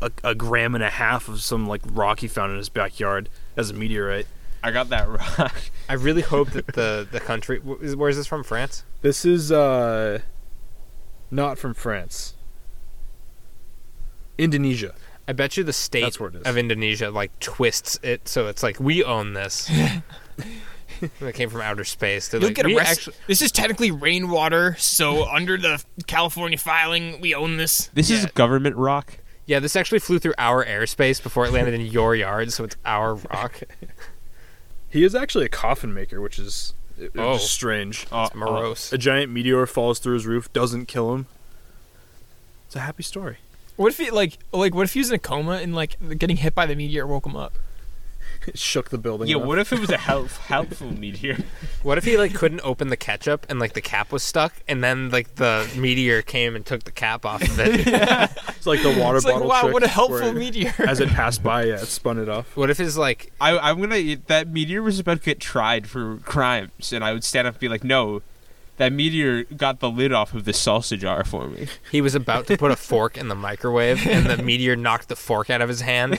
Speaker 5: a, a gram and a half of some like rock he found in his backyard as a meteorite.
Speaker 3: I got that wrong.
Speaker 2: I really hope that the the country. wh- is- Where is this from? France.
Speaker 5: This is uh, not from France. Indonesia.
Speaker 2: I bet you the state
Speaker 5: That's where it is.
Speaker 2: of Indonesia like twists it so it's like we own this. it came from outer space. They're
Speaker 4: You'll
Speaker 2: like,
Speaker 4: get
Speaker 2: "We
Speaker 4: arrested.
Speaker 2: actually-
Speaker 4: this is technically rainwater, so under the California filing, we own this.
Speaker 3: This is
Speaker 2: Yeah.
Speaker 3: government rock.
Speaker 2: yeah, this actually flew through our airspace before it landed in your yard, so it's our rock.
Speaker 5: He is actually a coffin maker, which is it- it was
Speaker 2: Oh.
Speaker 5: strange.
Speaker 3: Uh,
Speaker 2: It's morose.
Speaker 5: A giant meteor falls through his roof, doesn't kill him. It's a happy story.
Speaker 4: What if he like like what if he was in a coma and like getting hit by the meteor woke him up?
Speaker 5: It shook the building.
Speaker 3: yeah,
Speaker 5: up.
Speaker 3: what if it was a help, helpful meteor?
Speaker 2: What if he like couldn't open the ketchup and like the cap was stuck, and then like the meteor came and took the cap off of it?
Speaker 5: It's like the water
Speaker 4: It's like
Speaker 5: bottle.
Speaker 4: wow,
Speaker 5: trick
Speaker 4: what a helpful
Speaker 5: where-
Speaker 4: meteor.
Speaker 5: As it passed by, yeah, it spun it off.
Speaker 2: what if his like
Speaker 3: I, I'm gonna. That meteor was about to get tried for crimes, and I would stand up and be like, "No, that meteor got the lid off of the salsa jar for me."
Speaker 2: he was about to put a fork in the microwave, and the meteor knocked the fork out of his hand?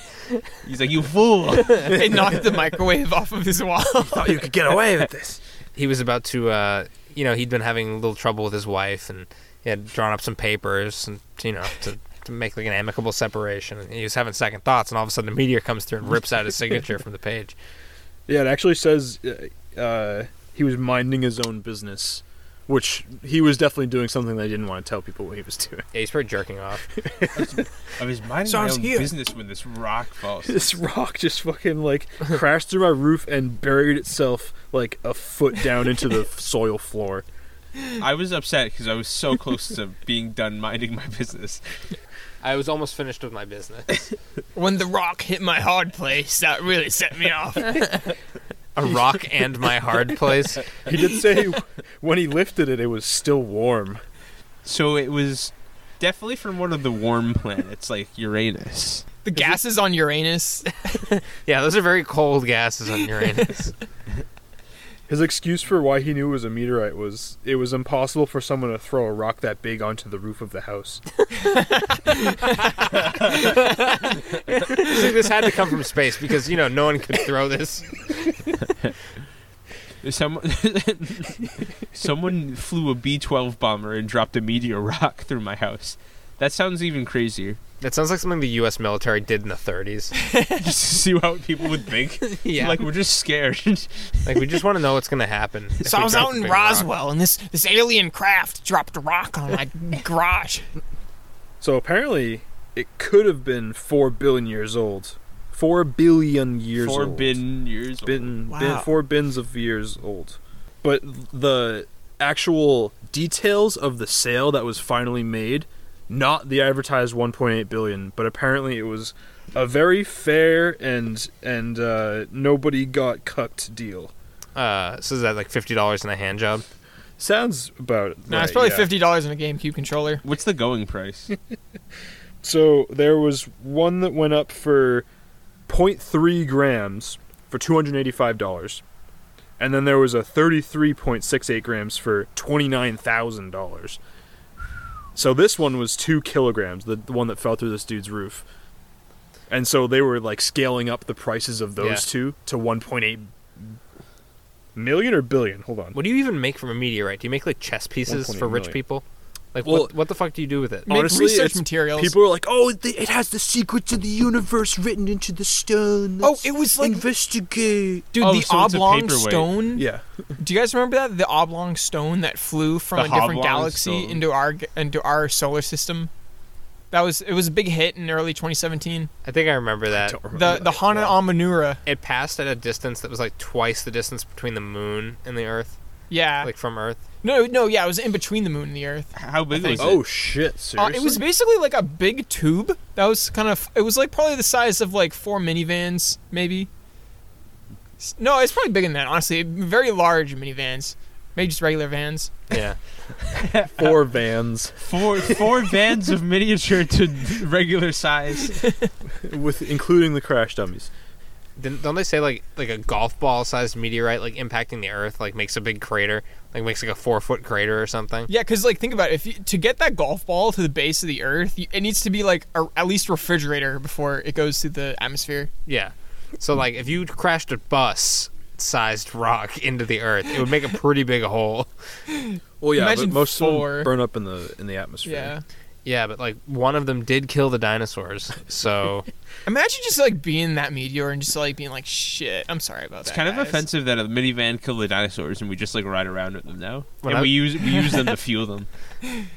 Speaker 3: He's like, "You fool!"
Speaker 4: it knocked the microwave off of his wall.
Speaker 5: Thought you could get away with this.
Speaker 2: he was about to uh you know he'd been having a little trouble with his wife and he had drawn up some papers and you know to to make like an amicable separation and he was having second thoughts and all of a sudden the meteor comes through and rips out his signature from the page
Speaker 5: Yeah, it actually says uh, uh, he was minding his own business which he was definitely doing something they didn't want to tell people what he was doing.
Speaker 2: Yeah, he's probably jerking off.
Speaker 3: I was minding
Speaker 4: So I
Speaker 3: my
Speaker 4: was
Speaker 3: own
Speaker 4: here.
Speaker 3: business when this rock falls.
Speaker 5: This rock just fucking like crashed through my roof and buried itself like a foot down into the soil floor.
Speaker 3: I was upset because I was so close to being done minding my business.
Speaker 2: I was almost finished with my business.
Speaker 4: When the rock hit my hard place, that really set me off.
Speaker 2: A rock and my hard place.
Speaker 5: He did say when he lifted it, it was still warm.
Speaker 3: So it was definitely from one of the warm planets, like Uranus.
Speaker 4: The gases on Uranus.
Speaker 2: Yeah, those are very cold gases on Uranus.
Speaker 5: His excuse for why he knew it was a meteorite was it was impossible for someone to throw a rock that big onto the roof of the house.
Speaker 2: It's like this had to come from space because you know no one could throw this.
Speaker 3: Someone, someone flew a B twelve bomber and dropped a meteor rock through my house. That sounds even crazier.
Speaker 2: That sounds like something the U.S. military did in the 30s.
Speaker 3: Just to see what people would think.
Speaker 2: Yeah,
Speaker 3: Like
Speaker 2: like,
Speaker 3: we're just scared.
Speaker 2: we just want to know what's gonna happen. if
Speaker 4: So I
Speaker 2: we
Speaker 4: was
Speaker 2: drop
Speaker 4: out
Speaker 2: a
Speaker 4: in
Speaker 2: big rock.
Speaker 4: Roswell, and this this alien craft dropped a rock on my garage.
Speaker 5: So apparently, it could have been four billion years old. Four billion years
Speaker 3: Four
Speaker 5: old.
Speaker 3: bin years. old.
Speaker 5: bin, bin
Speaker 4: Wow.
Speaker 5: four bins of years old. But the actual details of the sale that was finally made, not the advertised 1.8 billion, but apparently it was a very fair and and uh, nobody got cucked deal.
Speaker 2: Uh, so is that like fifty dollars in a hand job?
Speaker 5: Sounds about
Speaker 4: No,
Speaker 5: right,
Speaker 4: it's probably
Speaker 5: yeah.
Speaker 4: fifty dollars in a GameCube controller.
Speaker 3: What's the going price?
Speaker 5: So there was one that went up for 0.3 grams for $285. And then there was a 33.68 grams for $29,000. So this one was 2 kilograms, the, the one that fell through this dude's roof. And so they were like scaling up the prices of those
Speaker 2: Yeah.
Speaker 5: two to 1.8 million or billion. Hold on.
Speaker 2: What do you even make from a meteorite? Do you make like chess pieces
Speaker 5: 1.8
Speaker 2: for rich
Speaker 5: million.
Speaker 2: people? Like
Speaker 5: Well-
Speaker 2: what? What the fuck do you do with it?
Speaker 4: Make
Speaker 5: Honestly,
Speaker 4: research
Speaker 5: it's-
Speaker 4: materials.
Speaker 5: People are like, "Oh, it it has the secrets of the universe written into the stone."
Speaker 4: Oh,
Speaker 5: Let's
Speaker 4: it was like-
Speaker 5: investigate.
Speaker 4: Dude,
Speaker 3: Oh,
Speaker 4: the
Speaker 3: so it's a
Speaker 4: oblong
Speaker 3: paperweight.
Speaker 4: stone.
Speaker 5: Yeah.
Speaker 4: Do you guys remember that the oblong stone that flew from
Speaker 3: The
Speaker 4: a different
Speaker 3: oblong
Speaker 4: galaxy
Speaker 3: stone.
Speaker 4: into our g- into our solar system? That was it was a big hit in early 2017.
Speaker 2: I think I remember that.
Speaker 5: don't
Speaker 4: The the Hana Amanura.
Speaker 2: It passed at a distance that was like twice the distance between the moon and the Earth,
Speaker 4: Yeah.
Speaker 2: like from Earth.
Speaker 4: no, no, yeah, it was in between the moon and the earth.
Speaker 3: How big was it?
Speaker 5: Oh shit!
Speaker 4: Uh,
Speaker 5: Seriously,
Speaker 4: it was basically like a big tube that was kind of. It was like probably the size of like four minivans, maybe. S- No, it's probably bigger than that. Honestly, very large minivans, maybe just regular vans.
Speaker 2: Yeah.
Speaker 5: four vans
Speaker 3: Four four bands of miniature to regular size.
Speaker 5: with including the crash dummies.
Speaker 2: Didn't, don't they say like like a golf ball sized meteorite like impacting the Earth like makes a big crater, like makes like a four foot crater or something?
Speaker 4: Yeah, because like think about it. If you, to get that golf ball to the base of the Earth, you, it needs to be like a, at least refrigerator before it goes through the atmosphere.
Speaker 2: Yeah. So like if you crashed a bus sized rock into the Earth, it would make a pretty big hole.
Speaker 5: Well, yeah,
Speaker 4: Imagine
Speaker 5: but most of
Speaker 4: four.
Speaker 5: them burn up in the in the atmosphere.
Speaker 4: Yeah.
Speaker 2: Yeah, but like one of them did kill the dinosaurs. So
Speaker 4: Imagine just like being that meteor and just like being like, shit. I'm sorry about
Speaker 3: It's
Speaker 4: that.
Speaker 3: kind of
Speaker 4: guys."
Speaker 3: offensive that a minivan killed the dinosaurs and we just like ride around with them now.
Speaker 2: When
Speaker 3: and
Speaker 2: I-
Speaker 3: we use we use them to fuel them.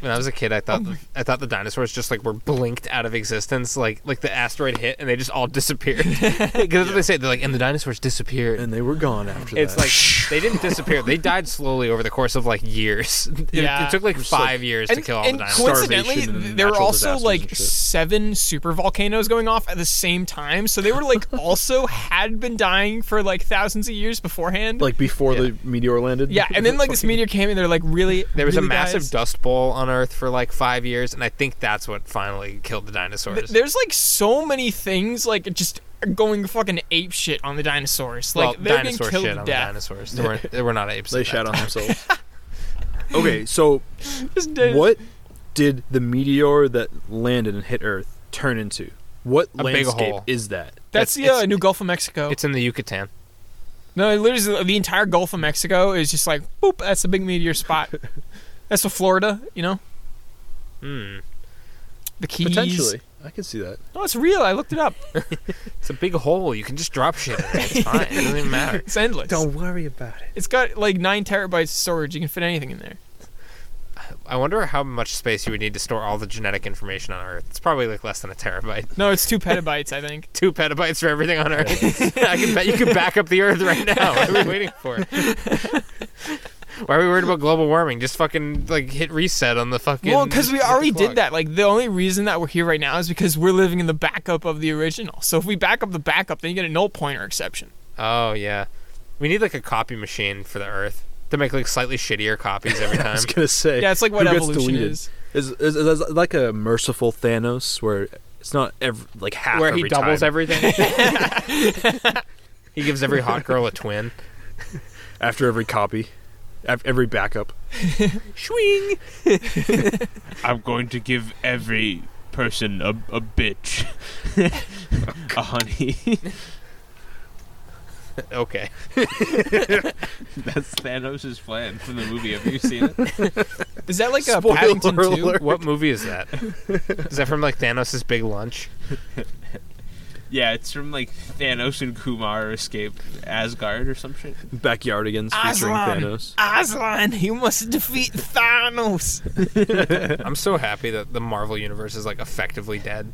Speaker 2: When I was a kid, I thought I thought the dinosaurs just like were blinked out of existence, like like the asteroid hit and they just all disappeared. Because what they say they're like, and the dinosaurs disappeared.
Speaker 5: and they were gone after
Speaker 2: it's
Speaker 5: that.
Speaker 2: like they didn't disappear; they died slowly over the course of like years. It,
Speaker 4: Yeah.
Speaker 2: it took like five years to
Speaker 4: And,
Speaker 2: kill all
Speaker 4: and
Speaker 2: the dinosaurs.
Speaker 4: coincidentally,
Speaker 5: Starvation and
Speaker 4: th- there were
Speaker 5: natural
Speaker 4: also
Speaker 5: disasters
Speaker 4: like
Speaker 5: and shit.
Speaker 4: seven super volcanoes going off at the same time, so they were like also had been dying for like thousands of years beforehand.
Speaker 5: like before the meteor landed.
Speaker 4: yeah, and then like this meteor came and they're like really
Speaker 2: there was a
Speaker 4: really,
Speaker 2: massive
Speaker 4: guys?
Speaker 2: dust bowl on Earth for like five years, and I think that's what finally killed the dinosaurs.
Speaker 4: There's like so many things like just going fucking ape shit on the dinosaurs.
Speaker 2: well,
Speaker 4: Like they're being
Speaker 2: dinosaur
Speaker 4: killed
Speaker 2: shit
Speaker 4: to
Speaker 2: on the
Speaker 4: death.
Speaker 2: dinosaurs. They weren't, they were not apes.
Speaker 5: they
Speaker 2: at that
Speaker 5: shat on
Speaker 2: time.
Speaker 5: themselves. okay, so
Speaker 4: Just did-
Speaker 5: what did the meteor that landed and hit Earth turn into? What
Speaker 2: A big
Speaker 5: landscape
Speaker 2: hole.
Speaker 5: is that?
Speaker 4: That's the
Speaker 2: it's-
Speaker 4: uh, new Gulf of Mexico.
Speaker 2: It's in the Yucatan.
Speaker 4: No, it literally, the entire Gulf of Mexico is just like boop. That's a big meteor spot. that's for Florida, you know,
Speaker 2: Hmm.
Speaker 4: the Keys.
Speaker 5: Potentially, I can see that.
Speaker 4: No, it's real. I looked it up.
Speaker 2: It's a big hole. You can just drop shit. In it. It's fine. It doesn't even matter.
Speaker 4: It's endless.
Speaker 5: worry about it.
Speaker 4: It's got like nine terabytes of storage. You can fit anything in there.
Speaker 2: I wonder how much space you would need to store all the genetic information on Earth. It's probably like less than a terabyte.
Speaker 4: No, it's two petabytes, I think.
Speaker 2: Two petabytes for everything on Earth. I can bet you could back up the Earth right now. What are we waiting for? Why are we worried about global warming? Just fucking like hit reset on the fucking.
Speaker 4: Well, because we
Speaker 2: hit the
Speaker 4: already
Speaker 2: clock.
Speaker 4: did that. Like the only reason that we're here right now is because we're living in the backup of the original. So if we back up the backup, then you get a null pointer exception.
Speaker 2: Oh yeah, we need like a copy machine for the Earth to make like slightly shittier copies every
Speaker 5: I
Speaker 2: time.
Speaker 5: was gonna say.
Speaker 4: Yeah, it's like what
Speaker 5: who gets
Speaker 4: evolution
Speaker 5: deleted?
Speaker 4: is.
Speaker 5: Is, is, is that like a merciful Thanos where it's not ev like half
Speaker 2: where
Speaker 5: every
Speaker 2: he doubles
Speaker 5: time
Speaker 2: everything. he gives every hot girl a twin.
Speaker 5: after every copy, af- every backup.
Speaker 2: Swing.
Speaker 3: I'm going to give every person a, a bitch, a honey.
Speaker 2: Okay.
Speaker 3: That's Thanos' plan from the movie. Have you seen it?
Speaker 4: Is that like a
Speaker 5: Spoiler
Speaker 4: Paddington too?
Speaker 5: alert.
Speaker 2: What movie is that? Is that from like Thanos' Big Lunch?
Speaker 3: Yeah, it's from like Thanos and Kumar escape Asgard or some shit.
Speaker 5: Backyardigans featuring
Speaker 4: Aslan,
Speaker 5: Thanos.
Speaker 4: Aslan, you must defeat Thanos.
Speaker 2: I'm so happy that the Marvel universe is like effectively dead.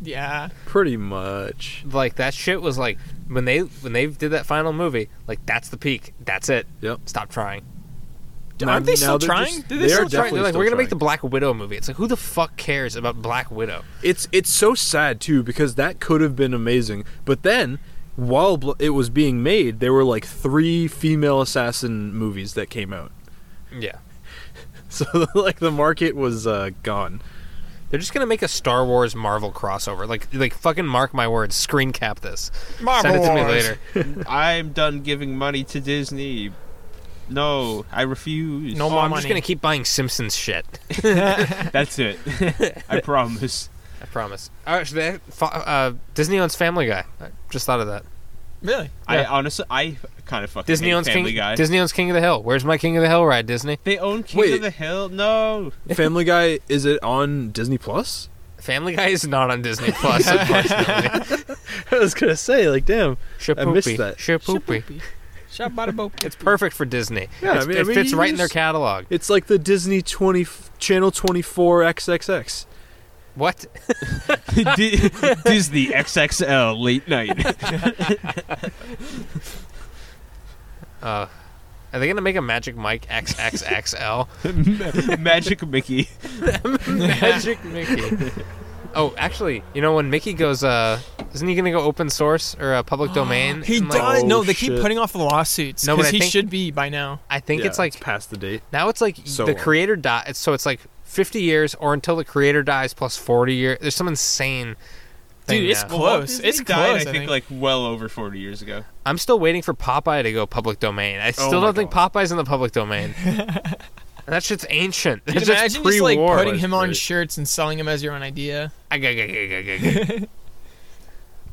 Speaker 4: Yeah,
Speaker 5: Pretty much.
Speaker 2: Like that shit was like when they when they did that final movie, like that's the peak. That's it.
Speaker 5: Yep.
Speaker 2: Stop trying.
Speaker 5: Now-
Speaker 4: aren't they
Speaker 5: now
Speaker 4: still
Speaker 5: they're
Speaker 4: trying?
Speaker 5: just-
Speaker 4: Did
Speaker 5: they
Speaker 4: still
Speaker 5: are
Speaker 4: try-
Speaker 5: definitely
Speaker 2: They're like,
Speaker 5: still
Speaker 2: we're gonna
Speaker 5: trying.
Speaker 2: make the Black Widow movie. It's like who the fuck cares about Black Widow?
Speaker 5: It's it's so sad too because that could have been amazing, but then while bl- it was being made, there were like three female assassin movies that came out.
Speaker 2: Yeah.
Speaker 5: So like the market was uh, gone.
Speaker 2: They're just gonna make a Star Wars Marvel crossover. Like, like fucking mark my words. Screen cap this. Send it to me
Speaker 4: Marvel
Speaker 2: later.
Speaker 3: I'm done giving money to Disney. No, I refuse. Oh,
Speaker 4: No
Speaker 2: Oh,
Speaker 4: more
Speaker 2: I'm just
Speaker 4: money.
Speaker 2: gonna keep buying Simpsons shit.
Speaker 3: That's it. I promise.
Speaker 2: I promise. Oh, actually, they- fo- uh, Disney owns Family Guy. I just thought of that.
Speaker 4: Really?
Speaker 3: I honestly, I kind of fucking
Speaker 2: Disney
Speaker 3: hate
Speaker 2: owns
Speaker 3: Family
Speaker 2: King.
Speaker 3: Guy.
Speaker 2: Disney owns King of the Hill. Where's my King of the Hill ride, Disney?
Speaker 3: they own King
Speaker 5: Wait.
Speaker 3: of the Hill. No,
Speaker 5: Family Guy is it on Disney Plus?
Speaker 2: Family Guy is not on Disney Plus. unfortunately.
Speaker 5: I was gonna say like damn.
Speaker 2: Shapoopy.
Speaker 5: I missed that.
Speaker 2: Shapoopy.
Speaker 4: Shot by the boat.
Speaker 2: It's perfect for Disney.
Speaker 5: Yeah, I
Speaker 2: It's-
Speaker 5: mean- I
Speaker 2: it
Speaker 5: mean,
Speaker 2: fits
Speaker 5: you
Speaker 2: right in their
Speaker 5: just-
Speaker 2: catalog.
Speaker 5: It's like the Disney 20 f- channel 24 XXX.
Speaker 2: What?
Speaker 3: Di- Disney XXL late night.
Speaker 2: Uh, are they gonna make a Magic Mike XXXL?
Speaker 3: Magic Mickey.
Speaker 2: Magic Mickey. Oh, actually, you know when Mickey goes, uh, isn't he gonna go open source or uh, public domain?
Speaker 4: He
Speaker 2: And, like,
Speaker 4: died.
Speaker 5: Oh,
Speaker 4: no, they keep
Speaker 5: shit.
Speaker 4: putting off the lawsuits
Speaker 2: No, but I
Speaker 4: because he
Speaker 2: think-
Speaker 4: should be by now.
Speaker 2: I think
Speaker 5: Yeah,
Speaker 2: it's like
Speaker 5: past the date.
Speaker 2: now it's like
Speaker 5: So
Speaker 2: the
Speaker 5: long.
Speaker 2: creator dies, so it's like fifty years or until the creator dies plus forty years. There's some insane. Thing
Speaker 4: Dude, it's
Speaker 2: now.
Speaker 4: close.
Speaker 3: Disney
Speaker 4: It's close.
Speaker 3: died,
Speaker 4: I
Speaker 3: I think like well over 40 years ago.
Speaker 2: I'm still waiting for Popeye to go public domain. I still
Speaker 5: Oh my
Speaker 2: don't think Popeye's in the public domain. and that shit's ancient.
Speaker 4: Could
Speaker 2: That's
Speaker 4: you imagine just like
Speaker 2: pre-war.
Speaker 4: putting him on
Speaker 5: great.
Speaker 4: shirts and selling him as your own idea.
Speaker 2: I, I- I- I- I- I-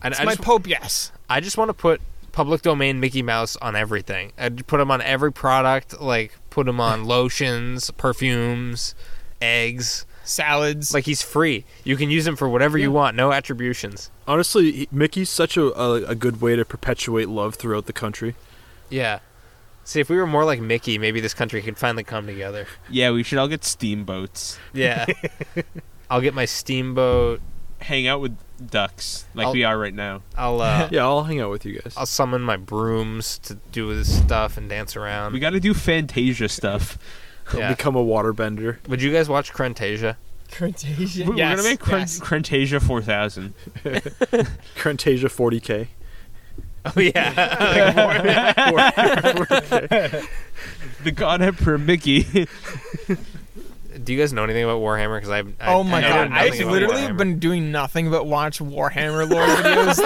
Speaker 2: I-
Speaker 4: It's
Speaker 2: I
Speaker 4: my
Speaker 2: just-
Speaker 4: Pope, yes.
Speaker 2: I just want to put public domain Mickey Mouse on everything. I'd put him on every product, like put him on lotions, perfumes, eggs.
Speaker 4: Salads.
Speaker 2: Like he's free. You can use him for whatever you want. No attributions.
Speaker 5: Honestly, he- Mickey's such a, a a good way to perpetuate love throughout the country.
Speaker 2: Yeah. See, if we were more like Mickey, maybe this country could finally come together.
Speaker 3: Yeah, we should all get steamboats.
Speaker 2: Yeah. I'll get my steamboat.
Speaker 3: Hang out with ducks like
Speaker 2: I'll-
Speaker 3: we are right now.
Speaker 2: I'll uh,
Speaker 5: Yeah, I'll hang out with you guys.
Speaker 2: I'll summon my brooms to do this stuff and dance around.
Speaker 3: We got to do Fantasia stuff.
Speaker 5: I'll
Speaker 2: yeah.
Speaker 5: become a waterbender.
Speaker 2: Would you guys watch Crentasia?
Speaker 4: Cretaceous.
Speaker 3: We're
Speaker 4: Yes,
Speaker 3: gonna make Cren-
Speaker 4: yes.
Speaker 3: Crentasia 4000.
Speaker 5: Crentasia 40k.
Speaker 2: Oh yeah.
Speaker 3: The God Emperor Mickey.
Speaker 2: do you guys know anything about Warhammer? Because I, I
Speaker 4: Oh my
Speaker 2: I know
Speaker 4: god!
Speaker 2: nothing
Speaker 4: I've
Speaker 2: about
Speaker 4: literally
Speaker 2: Warhammer.
Speaker 4: been doing nothing but watch Warhammer lore videos lately.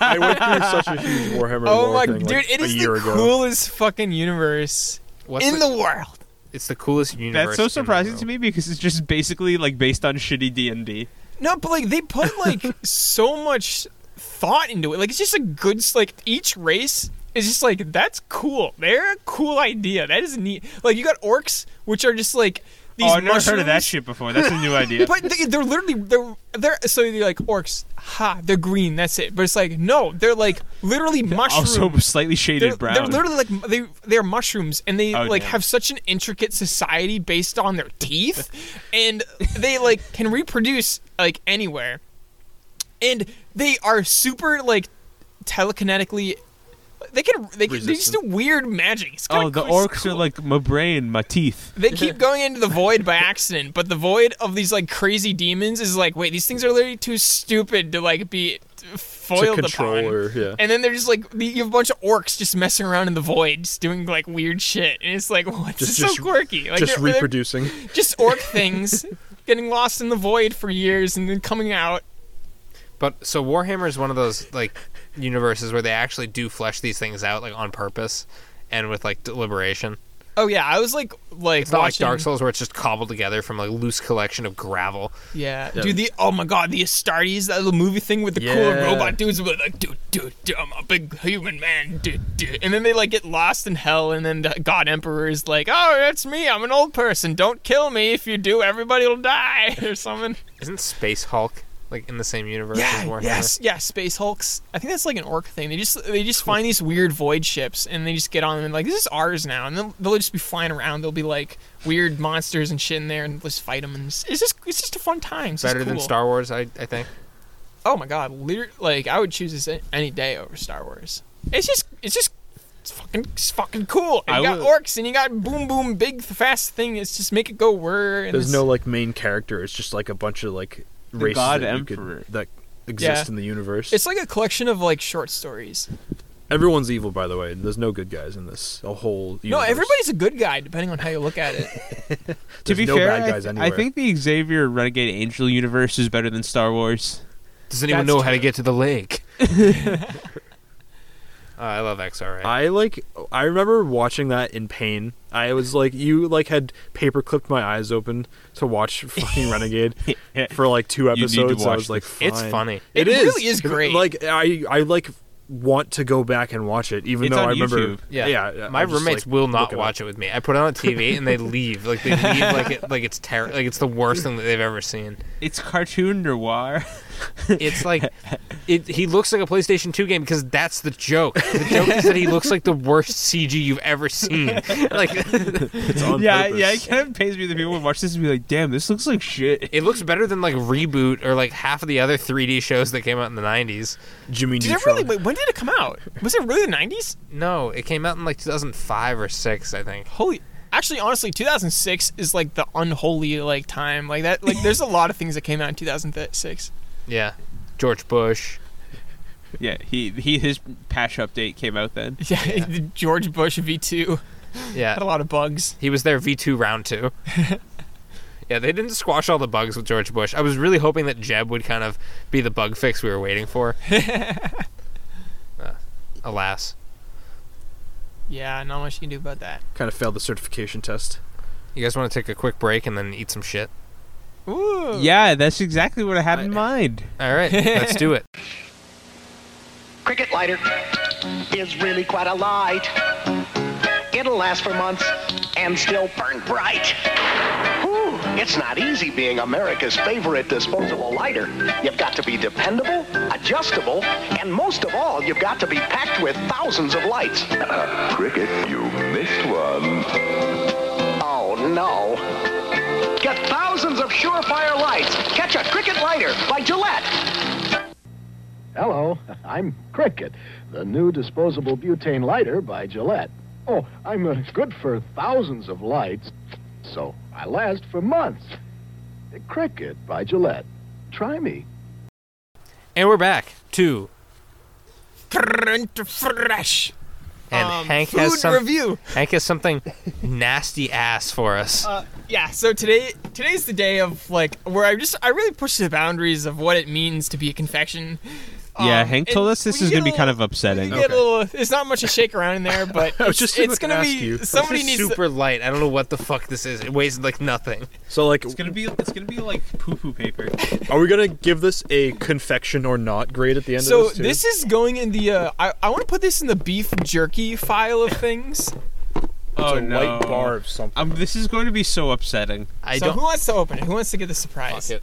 Speaker 5: I went through such a huge Warhammer
Speaker 4: oh
Speaker 5: lore
Speaker 4: my
Speaker 5: thing,
Speaker 4: dude!
Speaker 5: like,
Speaker 4: it
Speaker 5: a
Speaker 4: is the
Speaker 5: year ago.
Speaker 4: coolest fucking universe
Speaker 2: What's
Speaker 4: in
Speaker 2: the-
Speaker 4: the world.
Speaker 2: It's the coolest universe.
Speaker 3: That's so
Speaker 2: in the
Speaker 3: surprising
Speaker 2: world.
Speaker 3: to me because it's just basically like based on shitty D&D.
Speaker 4: No, but like they put like so much thought into it. Like it's just a good s- like each race is just like that's cool. They're a cool idea. That is neat. Like you got orcs, which are just like these
Speaker 3: oh, I've never heard of that
Speaker 4: mushrooms.
Speaker 3: shit before. That's a new idea.
Speaker 4: But they, they're literally they're they're so you're like orcs. Ha, they're green. That's it. But it's like no, they're like literally mushrooms.
Speaker 3: also slightly
Speaker 4: they're,
Speaker 3: shaded brown.
Speaker 4: they're literally like they they're mushrooms, and they
Speaker 3: Oh,
Speaker 4: like
Speaker 3: damn.
Speaker 4: have such an intricate society based on their teeth, and they like can reproduce like anywhere, and they are super like telekinetically. They can they, can, they just do
Speaker 5: Resistant.
Speaker 4: weird magic. It's kinda
Speaker 3: oh, the
Speaker 4: cool-
Speaker 3: orcs are like my brain, my teeth.
Speaker 4: they keep going into the void by accident, but the void of these like crazy demons is like, wait, these things are literally too stupid to like be foiled
Speaker 5: to control
Speaker 4: upon.
Speaker 5: her, yeah.
Speaker 4: And then they're just like the- you have a bunch of orcs just messing around in the void, just doing like weird shit, and it's like, what's
Speaker 5: Just-
Speaker 4: so
Speaker 5: just-
Speaker 4: quirky? Like
Speaker 5: just
Speaker 4: they're- they're
Speaker 5: reproducing.
Speaker 4: just orc things, getting lost in the void for years and then coming out.
Speaker 2: But so Warhammer is one of those like universes where they actually do flesh these things out like on purpose and with like deliberation.
Speaker 4: Oh yeah, I was like, like
Speaker 2: It's not like
Speaker 4: watching-
Speaker 2: Dark Souls where it's just cobbled together from like loose collection of gravel.
Speaker 4: Yeah.
Speaker 5: Yeah.
Speaker 4: Dude, the oh my god, the Astartes, that little movie thing with the cool
Speaker 5: Yeah.
Speaker 4: robot dudes were like, dude, dude, dude, I'm a big human man, dude, dude. And then they like get lost in hell, and then the God Emperor is like, oh, that's me, I'm an old person, don't kill me. If you do, everybody will die or something.
Speaker 2: Isn't Space Hulk like in the same universe as Warhammer?
Speaker 4: yes, yeah. Space Hulks. I think that's like an orc thing. They just they just find these weird void ships, and they just get on them and like this is ours now, and they'll, they'll just be flying around. They'll be like weird monsters and shit in there, and just fight them. And it's, it's just it's just a fun time. It's just
Speaker 2: Better than
Speaker 4: cool.
Speaker 2: Star Wars, I, I think.
Speaker 4: oh my god, liter- like I would choose this a- any day over Star Wars. It's just, it's just, it's fucking, it's fucking cool. And
Speaker 3: I
Speaker 4: you got
Speaker 3: would-
Speaker 4: orcs and you got boom boom big fast thing. It's just make it go whir. And
Speaker 5: There's
Speaker 4: it's-
Speaker 5: no like main character. It's just like a bunch of like
Speaker 3: The
Speaker 5: races
Speaker 3: God
Speaker 5: that, you could-
Speaker 3: Emperor.
Speaker 5: that exist
Speaker 4: Yeah.
Speaker 5: in the universe.
Speaker 4: It's like a collection of like short stories.
Speaker 5: Everyone's evil, by the way. There's no good guys in this. A whole universe.
Speaker 4: No, everybody's a good guy depending on how you look at it.
Speaker 3: to
Speaker 5: There's
Speaker 3: be
Speaker 5: no
Speaker 3: fair,
Speaker 5: bad
Speaker 3: I-
Speaker 5: guys
Speaker 3: I,
Speaker 5: anywhere.
Speaker 3: think the Xavier Renegade Angel universe is better than Star Wars.
Speaker 2: Does anyone
Speaker 4: That's
Speaker 2: know how to
Speaker 4: true.
Speaker 2: get to the lake? Oh, Uh, I love XRA.
Speaker 5: I like. I remember watching that in pain. I was like, you like had paper clipped my eyes open to watch fucking Renegade for like two
Speaker 3: need to
Speaker 5: episodes. I
Speaker 3: watch
Speaker 5: was like, fine.
Speaker 2: it's funny.
Speaker 4: It
Speaker 5: is.
Speaker 4: really is great.
Speaker 5: Like I, I like want to go back and watch it, even
Speaker 3: It's
Speaker 5: though
Speaker 3: on
Speaker 5: I
Speaker 3: YouTube.
Speaker 5: remember.
Speaker 2: Yeah,
Speaker 5: yeah.
Speaker 2: My
Speaker 5: I'll just,
Speaker 2: roommates
Speaker 5: like,
Speaker 2: will
Speaker 5: look
Speaker 2: not
Speaker 5: it
Speaker 2: watch it with me. I put it on TV and they leave. Like they leave like it, like it's terrible. Like it's the worst thing that they've ever seen.
Speaker 3: It's cartoon noir.
Speaker 2: It's like it, he looks like a PlayStation 2 game because that's the joke. The joke is that he looks like the worst CG you've ever seen. Like
Speaker 5: up. It's on
Speaker 3: yeah,
Speaker 5: purpose.
Speaker 3: yeah. It kind of pays me the people who watch this and be like, "Damn, this looks like shit."
Speaker 2: it looks better than like Reboot or like half of the other 3D shows that came out in the 90s.
Speaker 5: Jimmy
Speaker 4: Did it
Speaker 5: Neutron.
Speaker 4: really? Wait, when did it come out? Was it really the nineties?
Speaker 2: No, it came out in like 2005 or 6, I think.
Speaker 4: Holy. Actually, honestly, 2006 is like the unholy like time. Like that. Like there's a lot of things that came out in 2006.
Speaker 2: Yeah. George Bush.
Speaker 3: Yeah, he he his patch update came out then.
Speaker 4: Yeah, the George Bush V2 had a
Speaker 2: Yeah.
Speaker 4: lot of bugs.
Speaker 2: He was there V2 round 2. yeah, they didn't squash all the bugs with George Bush. I was really hoping that Jeb would kind of be the bug fix we were waiting for. Uh, alas.
Speaker 4: Yeah, not much you can do about that.
Speaker 5: kind of failed the certification test.
Speaker 2: You guys want to take a quick break and then eat some shit?
Speaker 4: Ooh.
Speaker 3: Yeah, that's exactly what I had in
Speaker 5: I-
Speaker 3: mind.
Speaker 2: All right, let's do it.
Speaker 6: Cricket lighter is really quite a light. It'll last for months and still burn bright. Whew, it's not easy being America's favorite disposable lighter. You've got to be dependable, adjustable, and most of all, you've got to be packed with thousands of lights.
Speaker 7: Cricket, you missed one.
Speaker 6: Oh no. Get thousands of surefire lights. Catch a cricket lighter by Gillette.
Speaker 8: Hello, I'm Cricket, the new disposable butane lighter by Gillette. Oh, I'm uh, good for thousands of lights, so I last for months. Cricket by Gillette. Try me.
Speaker 2: And we're back to
Speaker 4: Current fresh.
Speaker 2: and
Speaker 4: Um,
Speaker 2: Hank
Speaker 4: food
Speaker 2: has some,
Speaker 4: review.
Speaker 2: Hank has something nasty ass for us.
Speaker 4: Uh, yeah. So today, today's the day of like where I just I really push the boundaries of what it means to be a confection.
Speaker 3: yeah,
Speaker 4: Um,
Speaker 3: Hank
Speaker 4: and
Speaker 3: told us this
Speaker 4: we
Speaker 3: is
Speaker 4: get
Speaker 3: going to
Speaker 4: a
Speaker 3: be kind
Speaker 4: little-
Speaker 3: of upsetting.
Speaker 4: we get a little, it's not much to shake around in there, but
Speaker 5: I was
Speaker 4: it's,
Speaker 5: just
Speaker 4: it's
Speaker 5: about
Speaker 4: gonna
Speaker 5: to
Speaker 4: be
Speaker 5: ask you. This is
Speaker 4: somebody
Speaker 2: this is
Speaker 4: needs to-
Speaker 2: super light. I don't know what the fuck this is. It weighs like nothing.
Speaker 5: So like,
Speaker 3: It's gonna be it's gonna be like poo poo paper.
Speaker 5: are we gonna give this a confection or not grade at the end
Speaker 4: So
Speaker 5: of this? too?
Speaker 4: this is going in the uh, I I want to put this in the beef jerky file of things.
Speaker 3: oh
Speaker 5: a
Speaker 3: no.
Speaker 5: white bar of something.
Speaker 3: Um, this is going to be so upsetting.
Speaker 2: I
Speaker 4: so
Speaker 2: don't
Speaker 4: who wants to open it? Who wants to get the
Speaker 2: fuck
Speaker 4: surprise?
Speaker 2: it.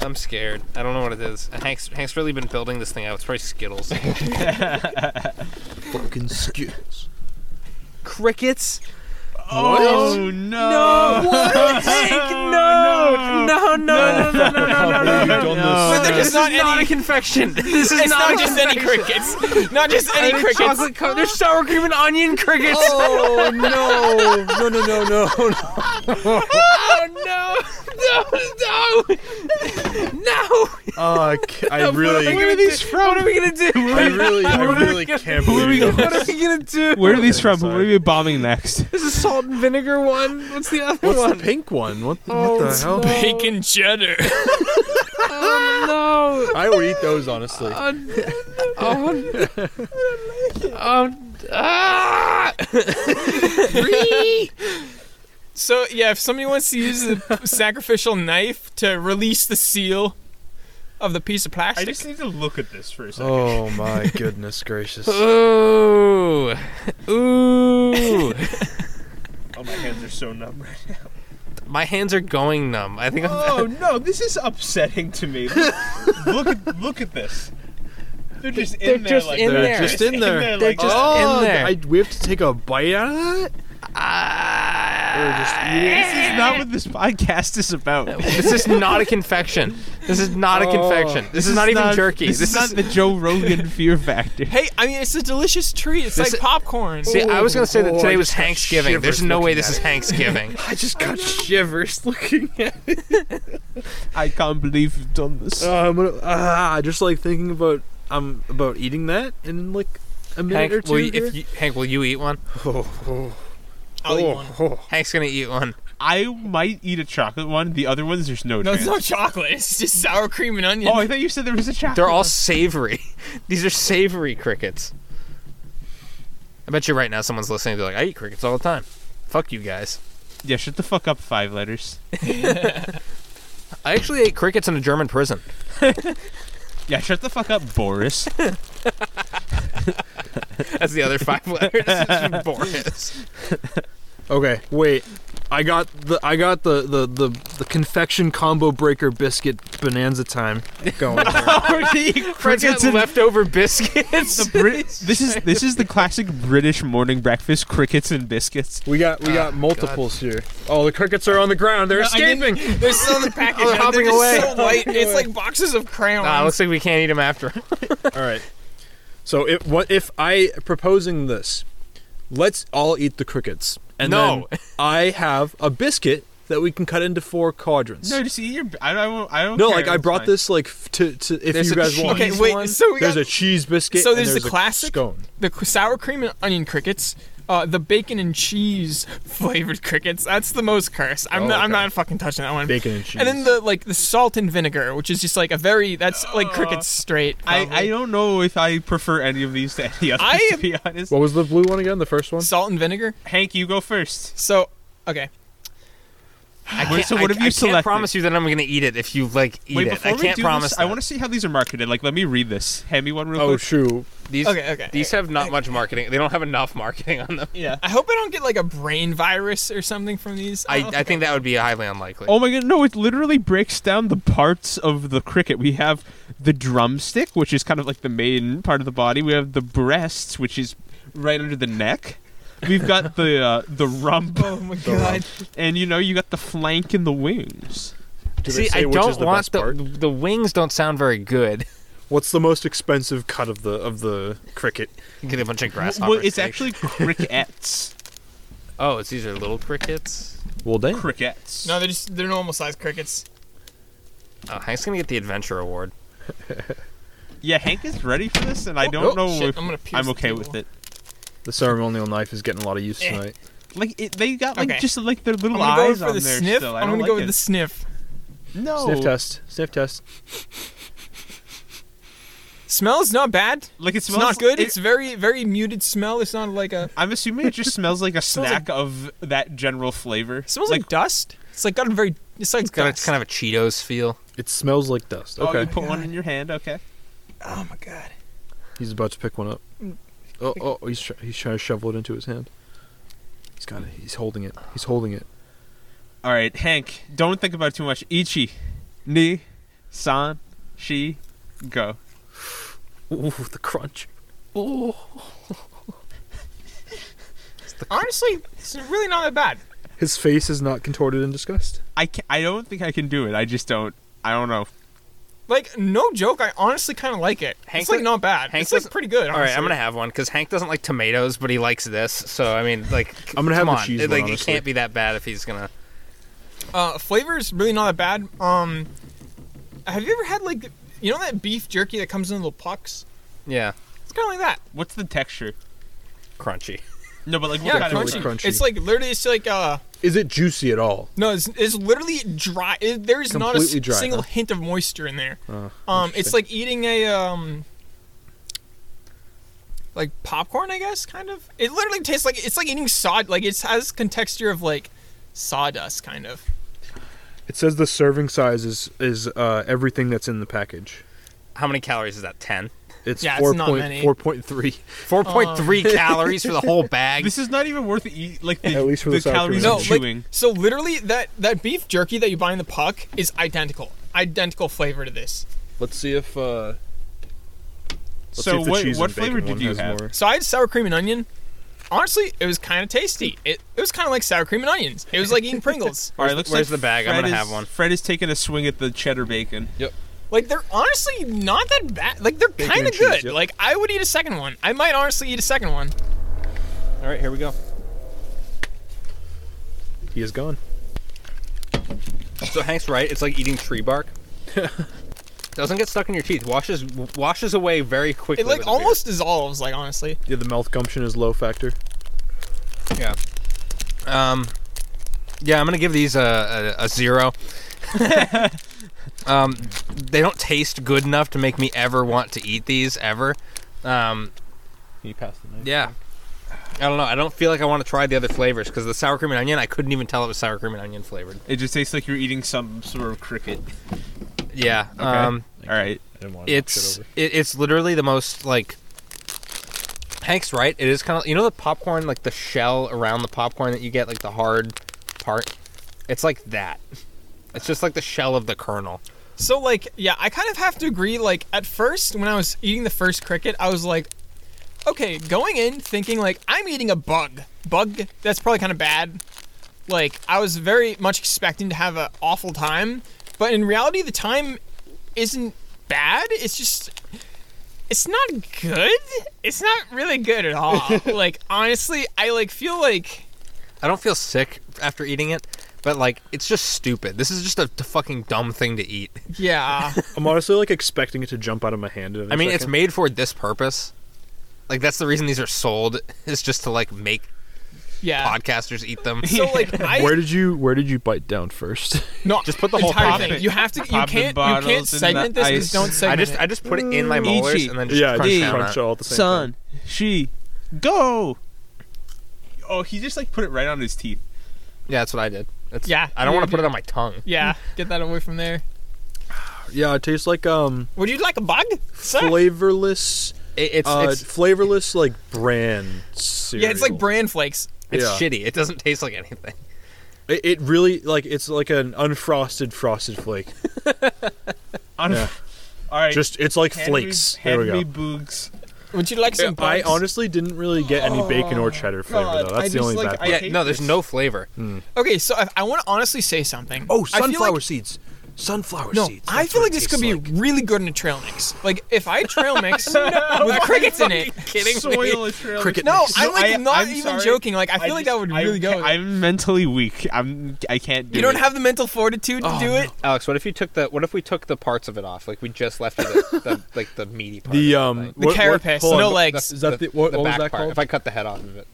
Speaker 2: I'm scared. I don't know what it is. And Hank's Hank's really been building this thing out. It's probably Skittles.
Speaker 5: fucking skills.
Speaker 2: Crickets?
Speaker 3: Oh no!
Speaker 4: What? Hank, no! No, no, no, no, no, no, no, no.
Speaker 5: Have you done
Speaker 3: no.
Speaker 5: this?
Speaker 4: They're
Speaker 2: This
Speaker 4: just
Speaker 2: is
Speaker 4: not
Speaker 2: not,
Speaker 4: any.
Speaker 2: a confection. This is
Speaker 4: It's
Speaker 2: not,
Speaker 4: not just any crickets. Not just any
Speaker 2: Any
Speaker 4: crickets.
Speaker 2: chocolate co- There's sour cream and onion crickets.
Speaker 5: Oh no! No no no no no!
Speaker 4: Oh no! No! No!
Speaker 5: Uh, ca- I really,
Speaker 4: these from? What are we gonna do?
Speaker 5: I really, I really can't believe
Speaker 4: What are we gonna do?
Speaker 3: Where are these from?
Speaker 5: sorry.
Speaker 3: What are we bombing next?
Speaker 2: There's a salt and vinegar one. What's the other
Speaker 5: What's
Speaker 2: one?
Speaker 5: the pink one? What, what the hell?
Speaker 4: Bacon cheddar.
Speaker 2: Oh
Speaker 5: I would eat those honestly.
Speaker 2: no! Oh, oh, ah!
Speaker 4: So yeah, if somebody wants to use the sacrificial knife to release the seal of the piece of plastic,
Speaker 3: need to look at this for a second.
Speaker 5: Oh my goodness gracious!
Speaker 2: Ooh, ooh!
Speaker 3: Oh, my hands are so numb right now.
Speaker 2: My hands are going numb. I think I'm.
Speaker 3: Oh no, this is upsetting to me. look at look at this. They're just
Speaker 2: They're
Speaker 3: in there.
Speaker 2: just
Speaker 3: like
Speaker 2: in
Speaker 3: that.
Speaker 5: They're
Speaker 2: there.
Speaker 5: just in there.
Speaker 3: They're
Speaker 2: just
Speaker 3: that.
Speaker 5: oh,
Speaker 2: in there.
Speaker 5: I, we have to take a bite out of that. They're just eating.
Speaker 3: This is not what this podcast is about.
Speaker 2: this is not a confection. This is not a
Speaker 5: Oh.
Speaker 2: confection. This, is, not even jerky.
Speaker 3: This, is, not the Joe Rogan fear factor.
Speaker 4: hey, I mean it's a delicious treat. It's
Speaker 2: This
Speaker 4: like
Speaker 2: is-
Speaker 4: popcorn.
Speaker 2: See, I was gonna say that
Speaker 5: Oh,
Speaker 2: today
Speaker 5: I
Speaker 2: was
Speaker 5: just got
Speaker 2: Thanksgiving. There's
Speaker 5: shivers
Speaker 2: no way
Speaker 5: looking
Speaker 2: this
Speaker 5: at
Speaker 2: is Thanksgiving.
Speaker 5: I just got shivers looking at. It.
Speaker 3: I can't believe you've done this.
Speaker 5: Uh, I'm gonna, ah, just like thinking about um about eating that in like a minute or
Speaker 2: Hank,
Speaker 5: two.
Speaker 2: will you,
Speaker 5: here.
Speaker 2: if you, Hank, will you eat one?
Speaker 5: oh, oh,
Speaker 4: I'll eat
Speaker 5: oh,
Speaker 4: one.
Speaker 5: oh.
Speaker 2: Hank's gonna eat one.
Speaker 3: I might eat a chocolate one. The other ones, there's no,
Speaker 4: No, it's
Speaker 3: chance.
Speaker 4: not chocolate. It's just sour cream and onion.
Speaker 3: oh, I thought you said there was a chocolate.
Speaker 2: They're all savory. These are savory crickets. I bet you right now someone's listening. They're like, I eat crickets all the time. Fuck you guys.
Speaker 3: yeah. Shut the fuck up. Five letters.
Speaker 2: I actually ate crickets in a German prison.
Speaker 3: Yeah, shut the fuck up, Boris.
Speaker 2: That's the other five letters. It's Boris.
Speaker 5: Okay, wait. I got the I got the the the, the confection combo breaker biscuit bonanza time going. here.
Speaker 2: Crickets and leftover biscuits.
Speaker 3: Brit- this is this is the classic British morning breakfast: crickets and biscuits.
Speaker 5: we got we got multiples here. Oh, the crickets are on the ground. They're
Speaker 4: I didn't-
Speaker 5: escaping.
Speaker 4: They're still in the package.
Speaker 2: Oh,
Speaker 4: They're
Speaker 2: they're hopping
Speaker 4: just
Speaker 2: away.
Speaker 4: so light. It's like boxes of crayons.
Speaker 2: Ah, looks like we can't eat them after.
Speaker 5: All right. So if what if I proposing this? Let's all eat the crickets. And
Speaker 2: No.
Speaker 5: then I have a biscuit that we can cut into four quadrants.
Speaker 3: No, just eat your. I don't. I don't, I don't
Speaker 5: No,
Speaker 3: care,
Speaker 5: like I
Speaker 3: it's
Speaker 5: brought
Speaker 3: fine.
Speaker 5: this like f- to, to if
Speaker 2: There's
Speaker 5: you
Speaker 2: a
Speaker 5: guys want.
Speaker 4: okay,
Speaker 2: cheese
Speaker 4: wait.
Speaker 2: one.
Speaker 4: So we
Speaker 5: There's
Speaker 4: got
Speaker 5: a cheese biscuit.
Speaker 4: So
Speaker 5: and
Speaker 4: there's the
Speaker 5: a
Speaker 4: classic-
Speaker 5: scone.
Speaker 4: the c- sour cream and onion crickets, uh, the bacon and cheese flavored crickets. That's the most cursed. I'm not, I'm not fucking touching that one.
Speaker 5: Oh, Bacon and cheese.
Speaker 4: And then the like the salt and vinegar, which is just like a very that's like crickets straight.
Speaker 3: I,
Speaker 4: probably.
Speaker 3: I don't know if I prefer any of these to any others.
Speaker 4: I
Speaker 3: to be honest.
Speaker 5: What was the blue one again? The first one.
Speaker 4: salt and vinegar.
Speaker 3: Hank, you go first.
Speaker 4: So okay,
Speaker 2: I
Speaker 3: Wait,
Speaker 2: can't-
Speaker 3: so what
Speaker 2: I-
Speaker 3: have you
Speaker 2: I
Speaker 3: selected?
Speaker 2: can't promise you that I'm gonna eat it if you like eat
Speaker 3: Wait,
Speaker 2: it.
Speaker 3: before
Speaker 2: I
Speaker 3: we
Speaker 2: can't
Speaker 3: do
Speaker 2: promise.
Speaker 3: this, I want to see how these are marketed. Like, let me read this. Hand me one real
Speaker 5: Oh
Speaker 3: quick.
Speaker 5: shoot.
Speaker 2: these.
Speaker 4: Okay, okay.
Speaker 2: These have not much marketing. They don't have enough marketing on them.
Speaker 3: yeah.
Speaker 4: I hope I don't get like a brain virus or something from these. Oh,
Speaker 2: I,
Speaker 4: don't
Speaker 2: I think that would be highly unlikely.
Speaker 3: Oh my god, no, it literally breaks down the parts of the cricket. We have the drumstick, which is kind of like the main part of the body. We have the breasts, which is right under the neck. We've got the uh, the rump,
Speaker 4: Oh my god!
Speaker 3: and you know you got the flank and the wings.
Speaker 5: Do they
Speaker 2: See,
Speaker 5: say
Speaker 2: I
Speaker 5: which
Speaker 2: don't
Speaker 5: is the
Speaker 2: want
Speaker 5: best
Speaker 2: the
Speaker 5: part?
Speaker 2: the wings. Don't sound very good.
Speaker 5: What's the most expensive cut of the of the cricket?
Speaker 2: You get a bunch of grasshoppers.
Speaker 3: Well, it's
Speaker 2: to make-
Speaker 3: actually crickets.
Speaker 2: Oh, it's these are little crickets.
Speaker 5: Well, damn.
Speaker 3: crickets.
Speaker 4: No, they're just they're normal sized crickets.
Speaker 2: Oh, Hank's gonna get the adventure award.
Speaker 3: Yeah, Hank is ready for this, and I don't
Speaker 4: oh,
Speaker 3: know
Speaker 4: shit,
Speaker 3: if
Speaker 4: I'm gonna pierce
Speaker 3: I'm
Speaker 4: the
Speaker 3: okay
Speaker 4: table.
Speaker 3: with it.
Speaker 5: The ceremonial knife is getting a lot of use
Speaker 4: Eh.
Speaker 5: tonight.
Speaker 3: Like it, they got like
Speaker 4: Okay.
Speaker 3: just like their
Speaker 4: I'm
Speaker 3: little
Speaker 4: gonna go
Speaker 3: eyes
Speaker 4: for
Speaker 3: on
Speaker 4: the
Speaker 3: there
Speaker 4: sniff.
Speaker 3: still. I
Speaker 4: I'm
Speaker 3: don't
Speaker 4: gonna
Speaker 3: like
Speaker 4: go
Speaker 3: it.
Speaker 4: with the sniff.
Speaker 3: no.
Speaker 5: Sniff test. Sniff test.
Speaker 4: Smells not bad.
Speaker 3: Like it
Speaker 4: It's
Speaker 3: smells
Speaker 4: not good.
Speaker 3: it-
Speaker 4: it's very very muted smell. It's not like a
Speaker 3: I'm assuming it just smells like a
Speaker 4: Smells
Speaker 3: snack of that general flavor.
Speaker 4: it smells like, dust. It's like got a very it's like
Speaker 2: It's got a,
Speaker 4: dust.
Speaker 2: kind of a Cheetos feel.
Speaker 5: It smells like dust.
Speaker 3: oh,
Speaker 5: Okay.
Speaker 3: you put one in your hand. Okay.
Speaker 4: oh my god. Mm.
Speaker 5: He's about to pick one up. Oh, oh, he's tr- he's trying to shovel it into his hand. He's got it. He's holding it. He's holding it.
Speaker 3: All right, Hank, don't think about it too much. Ichi, ni, san, shi, go.
Speaker 5: Ooh, the crunch. Ooh.
Speaker 4: Honestly, it's really not that bad.
Speaker 5: His face is not contorted in disgust.
Speaker 3: I can I don't think I can do it. I just don't. I don't know.
Speaker 4: Like, no joke, I honestly kind of like it.
Speaker 2: Hank
Speaker 4: it's like
Speaker 2: does-
Speaker 4: not bad.
Speaker 2: Hank
Speaker 4: it's like
Speaker 2: doesn't-
Speaker 4: pretty good.
Speaker 2: All right, I'm gonna have one because Hank doesn't like tomatoes, but he likes this. So I mean, like,
Speaker 5: I'm gonna have
Speaker 2: come
Speaker 5: the
Speaker 2: on.
Speaker 5: cheese
Speaker 2: It,
Speaker 5: one,
Speaker 2: like, it
Speaker 5: honestly.
Speaker 2: can't be that bad if he's gonna.
Speaker 4: Uh, flavors really not that bad. Um, have you ever had like you know that beef jerky that comes in little pucks?
Speaker 2: Yeah,
Speaker 4: It's kind of like that.
Speaker 3: What's the texture?
Speaker 2: crunchy.
Speaker 3: No, but like what
Speaker 4: Yeah,
Speaker 3: kind
Speaker 5: Definitely
Speaker 4: crunchy.
Speaker 3: of
Speaker 5: crunchy.
Speaker 4: It's like literally it's like uh
Speaker 5: Is it juicy at all?
Speaker 4: no it's, it's literally dry. It, there is not a
Speaker 5: Completely
Speaker 4: s-
Speaker 5: dry,
Speaker 4: single
Speaker 5: huh?
Speaker 4: hint of moisture in there.
Speaker 5: Uh,
Speaker 4: Um, it's
Speaker 5: interesting.
Speaker 4: like eating a um, like popcorn, I guess, kind of. It literally tastes like it's like eating sawd. Like it has contexture of like sawdust, kind of.
Speaker 5: It says the serving size is is uh, everything that's in the package.
Speaker 2: How many calories is that? Ten.
Speaker 5: It's
Speaker 4: Yeah,
Speaker 5: four
Speaker 4: it's not
Speaker 5: point
Speaker 4: many.
Speaker 5: four point three.
Speaker 2: Four point three calories for the whole bag.
Speaker 3: This is not even worth the eat. Like the,
Speaker 5: At least for
Speaker 3: the
Speaker 5: the South
Speaker 3: calories
Speaker 5: Korean.
Speaker 3: of
Speaker 4: No, like
Speaker 3: chewing.
Speaker 4: so literally that that beef jerky that you buy in the puck is identical, identical flavor to this.
Speaker 5: Let's see if. Uh, let's
Speaker 3: so
Speaker 5: see if the
Speaker 3: what
Speaker 5: cheese
Speaker 3: what
Speaker 5: and bacon
Speaker 3: flavor did
Speaker 5: one
Speaker 3: you
Speaker 5: has
Speaker 3: have?
Speaker 5: more.
Speaker 4: So I had sour cream and onion. Honestly, it was kind of tasty. It it was kind of like sour cream and onions. It was like eating Pringles.
Speaker 3: All right, looks
Speaker 2: where's
Speaker 3: like
Speaker 2: the bag? I'm
Speaker 3: Fred
Speaker 2: gonna
Speaker 3: is-
Speaker 2: have one.
Speaker 3: Fred is taking a swing at the cheddar bacon.
Speaker 4: Like they're honestly not that bad. Like they're kind
Speaker 5: and
Speaker 4: of
Speaker 5: cheese,
Speaker 4: good.
Speaker 5: yep.
Speaker 4: Like I would eat a second one. I might honestly eat a second one.
Speaker 2: All right, here we go.
Speaker 5: He is gone.
Speaker 2: So Hank's right. It's like eating tree bark. Doesn't get stuck in your teeth. Washes washes away very quickly.
Speaker 4: It like
Speaker 2: with a beer.
Speaker 4: almost dissolves. Like honestly,
Speaker 5: Yeah, the mouth gumption is low factor.
Speaker 2: Yeah. Um. Yeah, I'm gonna give these a a, a zero. um, they don't taste good enough to make me ever want to eat these ever. Um,
Speaker 5: He passed the knife.
Speaker 2: yeah. I don't know. I don't feel like I want to try the other flavors because the sour cream and onion, I couldn't even tell it was sour cream and onion flavored.
Speaker 3: It just tastes like you're eating some sort of cricket.
Speaker 2: Yeah. Um,
Speaker 3: All right,
Speaker 5: I didn't want to
Speaker 2: it's it, it's literally the most like Hank's right. It is kind of you know the popcorn like the shell around the popcorn that you get like the hard part. It's like that. It's just like the shell of the kernel.
Speaker 4: So like, yeah, I kind of have to agree. Like at first, when I was eating the first cricket, I was like, okay, going in thinking like I'm eating a bug. Bug. That's probably kind of bad. Like I was very much expecting to have an awful time, but in reality, the time isn't bad. It's just. It's not good. It's not really good at all. like honestly, I like feel like
Speaker 2: I don't feel sick after eating it, but like it's just stupid. This is just a, t- fucking dumb thing to eat.
Speaker 4: yeah.
Speaker 5: I'm honestly like expecting it to jump out of my hand. In
Speaker 2: I mean, it's made for this purpose. Like that's the reason these are sold is just to like make
Speaker 4: Yeah.
Speaker 2: podcasters eat them.
Speaker 4: Ah. So like I
Speaker 5: Where did you Where did you bite down first?
Speaker 4: No, just put the whole
Speaker 3: pop
Speaker 4: entire
Speaker 3: in.
Speaker 4: thing. You have to. You
Speaker 3: Pop the
Speaker 4: can't. You
Speaker 3: bottles
Speaker 4: can't
Speaker 3: in
Speaker 4: segment
Speaker 3: the
Speaker 4: this.
Speaker 3: ice.
Speaker 4: Just don't
Speaker 2: I
Speaker 4: segment
Speaker 2: just I
Speaker 4: it.
Speaker 2: just put it in my
Speaker 3: Ichi.
Speaker 4: E
Speaker 2: molars and then just
Speaker 5: yeah,
Speaker 2: crunch
Speaker 5: just
Speaker 2: down on
Speaker 5: crunch
Speaker 2: it.
Speaker 5: all at the same
Speaker 3: son, she, go. Oh, he just like put it right on his teeth.
Speaker 2: Yeah, that's what I did. That's,
Speaker 4: Yeah,
Speaker 2: I don't
Speaker 4: you
Speaker 2: want to
Speaker 4: did.
Speaker 2: put it on my tongue.
Speaker 4: yeah, get that away from there.
Speaker 5: time. Yeah, it tastes like um
Speaker 4: Would you like a bug? Sir?
Speaker 5: flavorless,
Speaker 2: It, it's
Speaker 5: uh,
Speaker 2: it's,
Speaker 5: flavorless like bran cereal.
Speaker 4: yeah, it's like bran flakes.
Speaker 2: it's
Speaker 5: yeah.
Speaker 2: shitty. It doesn't taste like anything.
Speaker 5: It, it really like it's like an unfrosted frosted flake.
Speaker 3: On
Speaker 5: Yeah.
Speaker 3: All right,
Speaker 5: Just it's like
Speaker 3: hand
Speaker 5: flakes.
Speaker 3: Me,
Speaker 5: There we
Speaker 3: hand
Speaker 5: go.
Speaker 3: Me boogs.
Speaker 4: Would you like some
Speaker 5: I
Speaker 4: bugs?
Speaker 5: honestly didn't really get any bacon or cheddar flavor
Speaker 3: Oh God,
Speaker 5: though.
Speaker 3: I
Speaker 5: That's the
Speaker 3: just,
Speaker 5: only
Speaker 3: like,
Speaker 5: bad.
Speaker 3: I-
Speaker 5: part.
Speaker 2: yeah,
Speaker 3: hate
Speaker 2: no, there's
Speaker 3: this.
Speaker 2: no flavor.
Speaker 4: okay, so I, I want to honestly say something.
Speaker 5: Oh,
Speaker 4: I feel
Speaker 5: sunflower
Speaker 4: like-
Speaker 5: seeds. Sunflower
Speaker 4: No,
Speaker 5: seeds.
Speaker 4: I
Speaker 5: That's
Speaker 4: feel
Speaker 5: what
Speaker 4: like
Speaker 5: it
Speaker 4: this
Speaker 5: tastes
Speaker 4: could be
Speaker 5: like.
Speaker 4: really good in a trail mix. Like if I trail mix with crickets in it.
Speaker 2: Kidding
Speaker 3: Soil is trailing.
Speaker 5: Cricket
Speaker 4: No,
Speaker 5: mix.
Speaker 4: I'm like
Speaker 3: I-
Speaker 4: not
Speaker 3: I'm
Speaker 4: even
Speaker 3: sorry.
Speaker 4: joking. Like I feel
Speaker 3: I
Speaker 4: like
Speaker 3: just-
Speaker 4: that would
Speaker 3: I
Speaker 4: really go.
Speaker 3: can't- I'm mentally weak. I'm. I can't do
Speaker 4: you don't
Speaker 3: it.
Speaker 4: have the mental fortitude to
Speaker 5: Oh,
Speaker 4: do it.
Speaker 2: Alex, what if you took the what if we took the parts of it off? Like we just left you the, the like the meaty part.
Speaker 5: the
Speaker 2: of it,
Speaker 5: um
Speaker 2: like,
Speaker 5: what- what-
Speaker 4: carapace,
Speaker 5: hold on,
Speaker 4: no
Speaker 5: what-
Speaker 4: legs.
Speaker 5: Is that the, what,
Speaker 2: the
Speaker 5: what was
Speaker 2: back
Speaker 5: that
Speaker 2: part.
Speaker 5: called?
Speaker 2: If I cut the head off of it,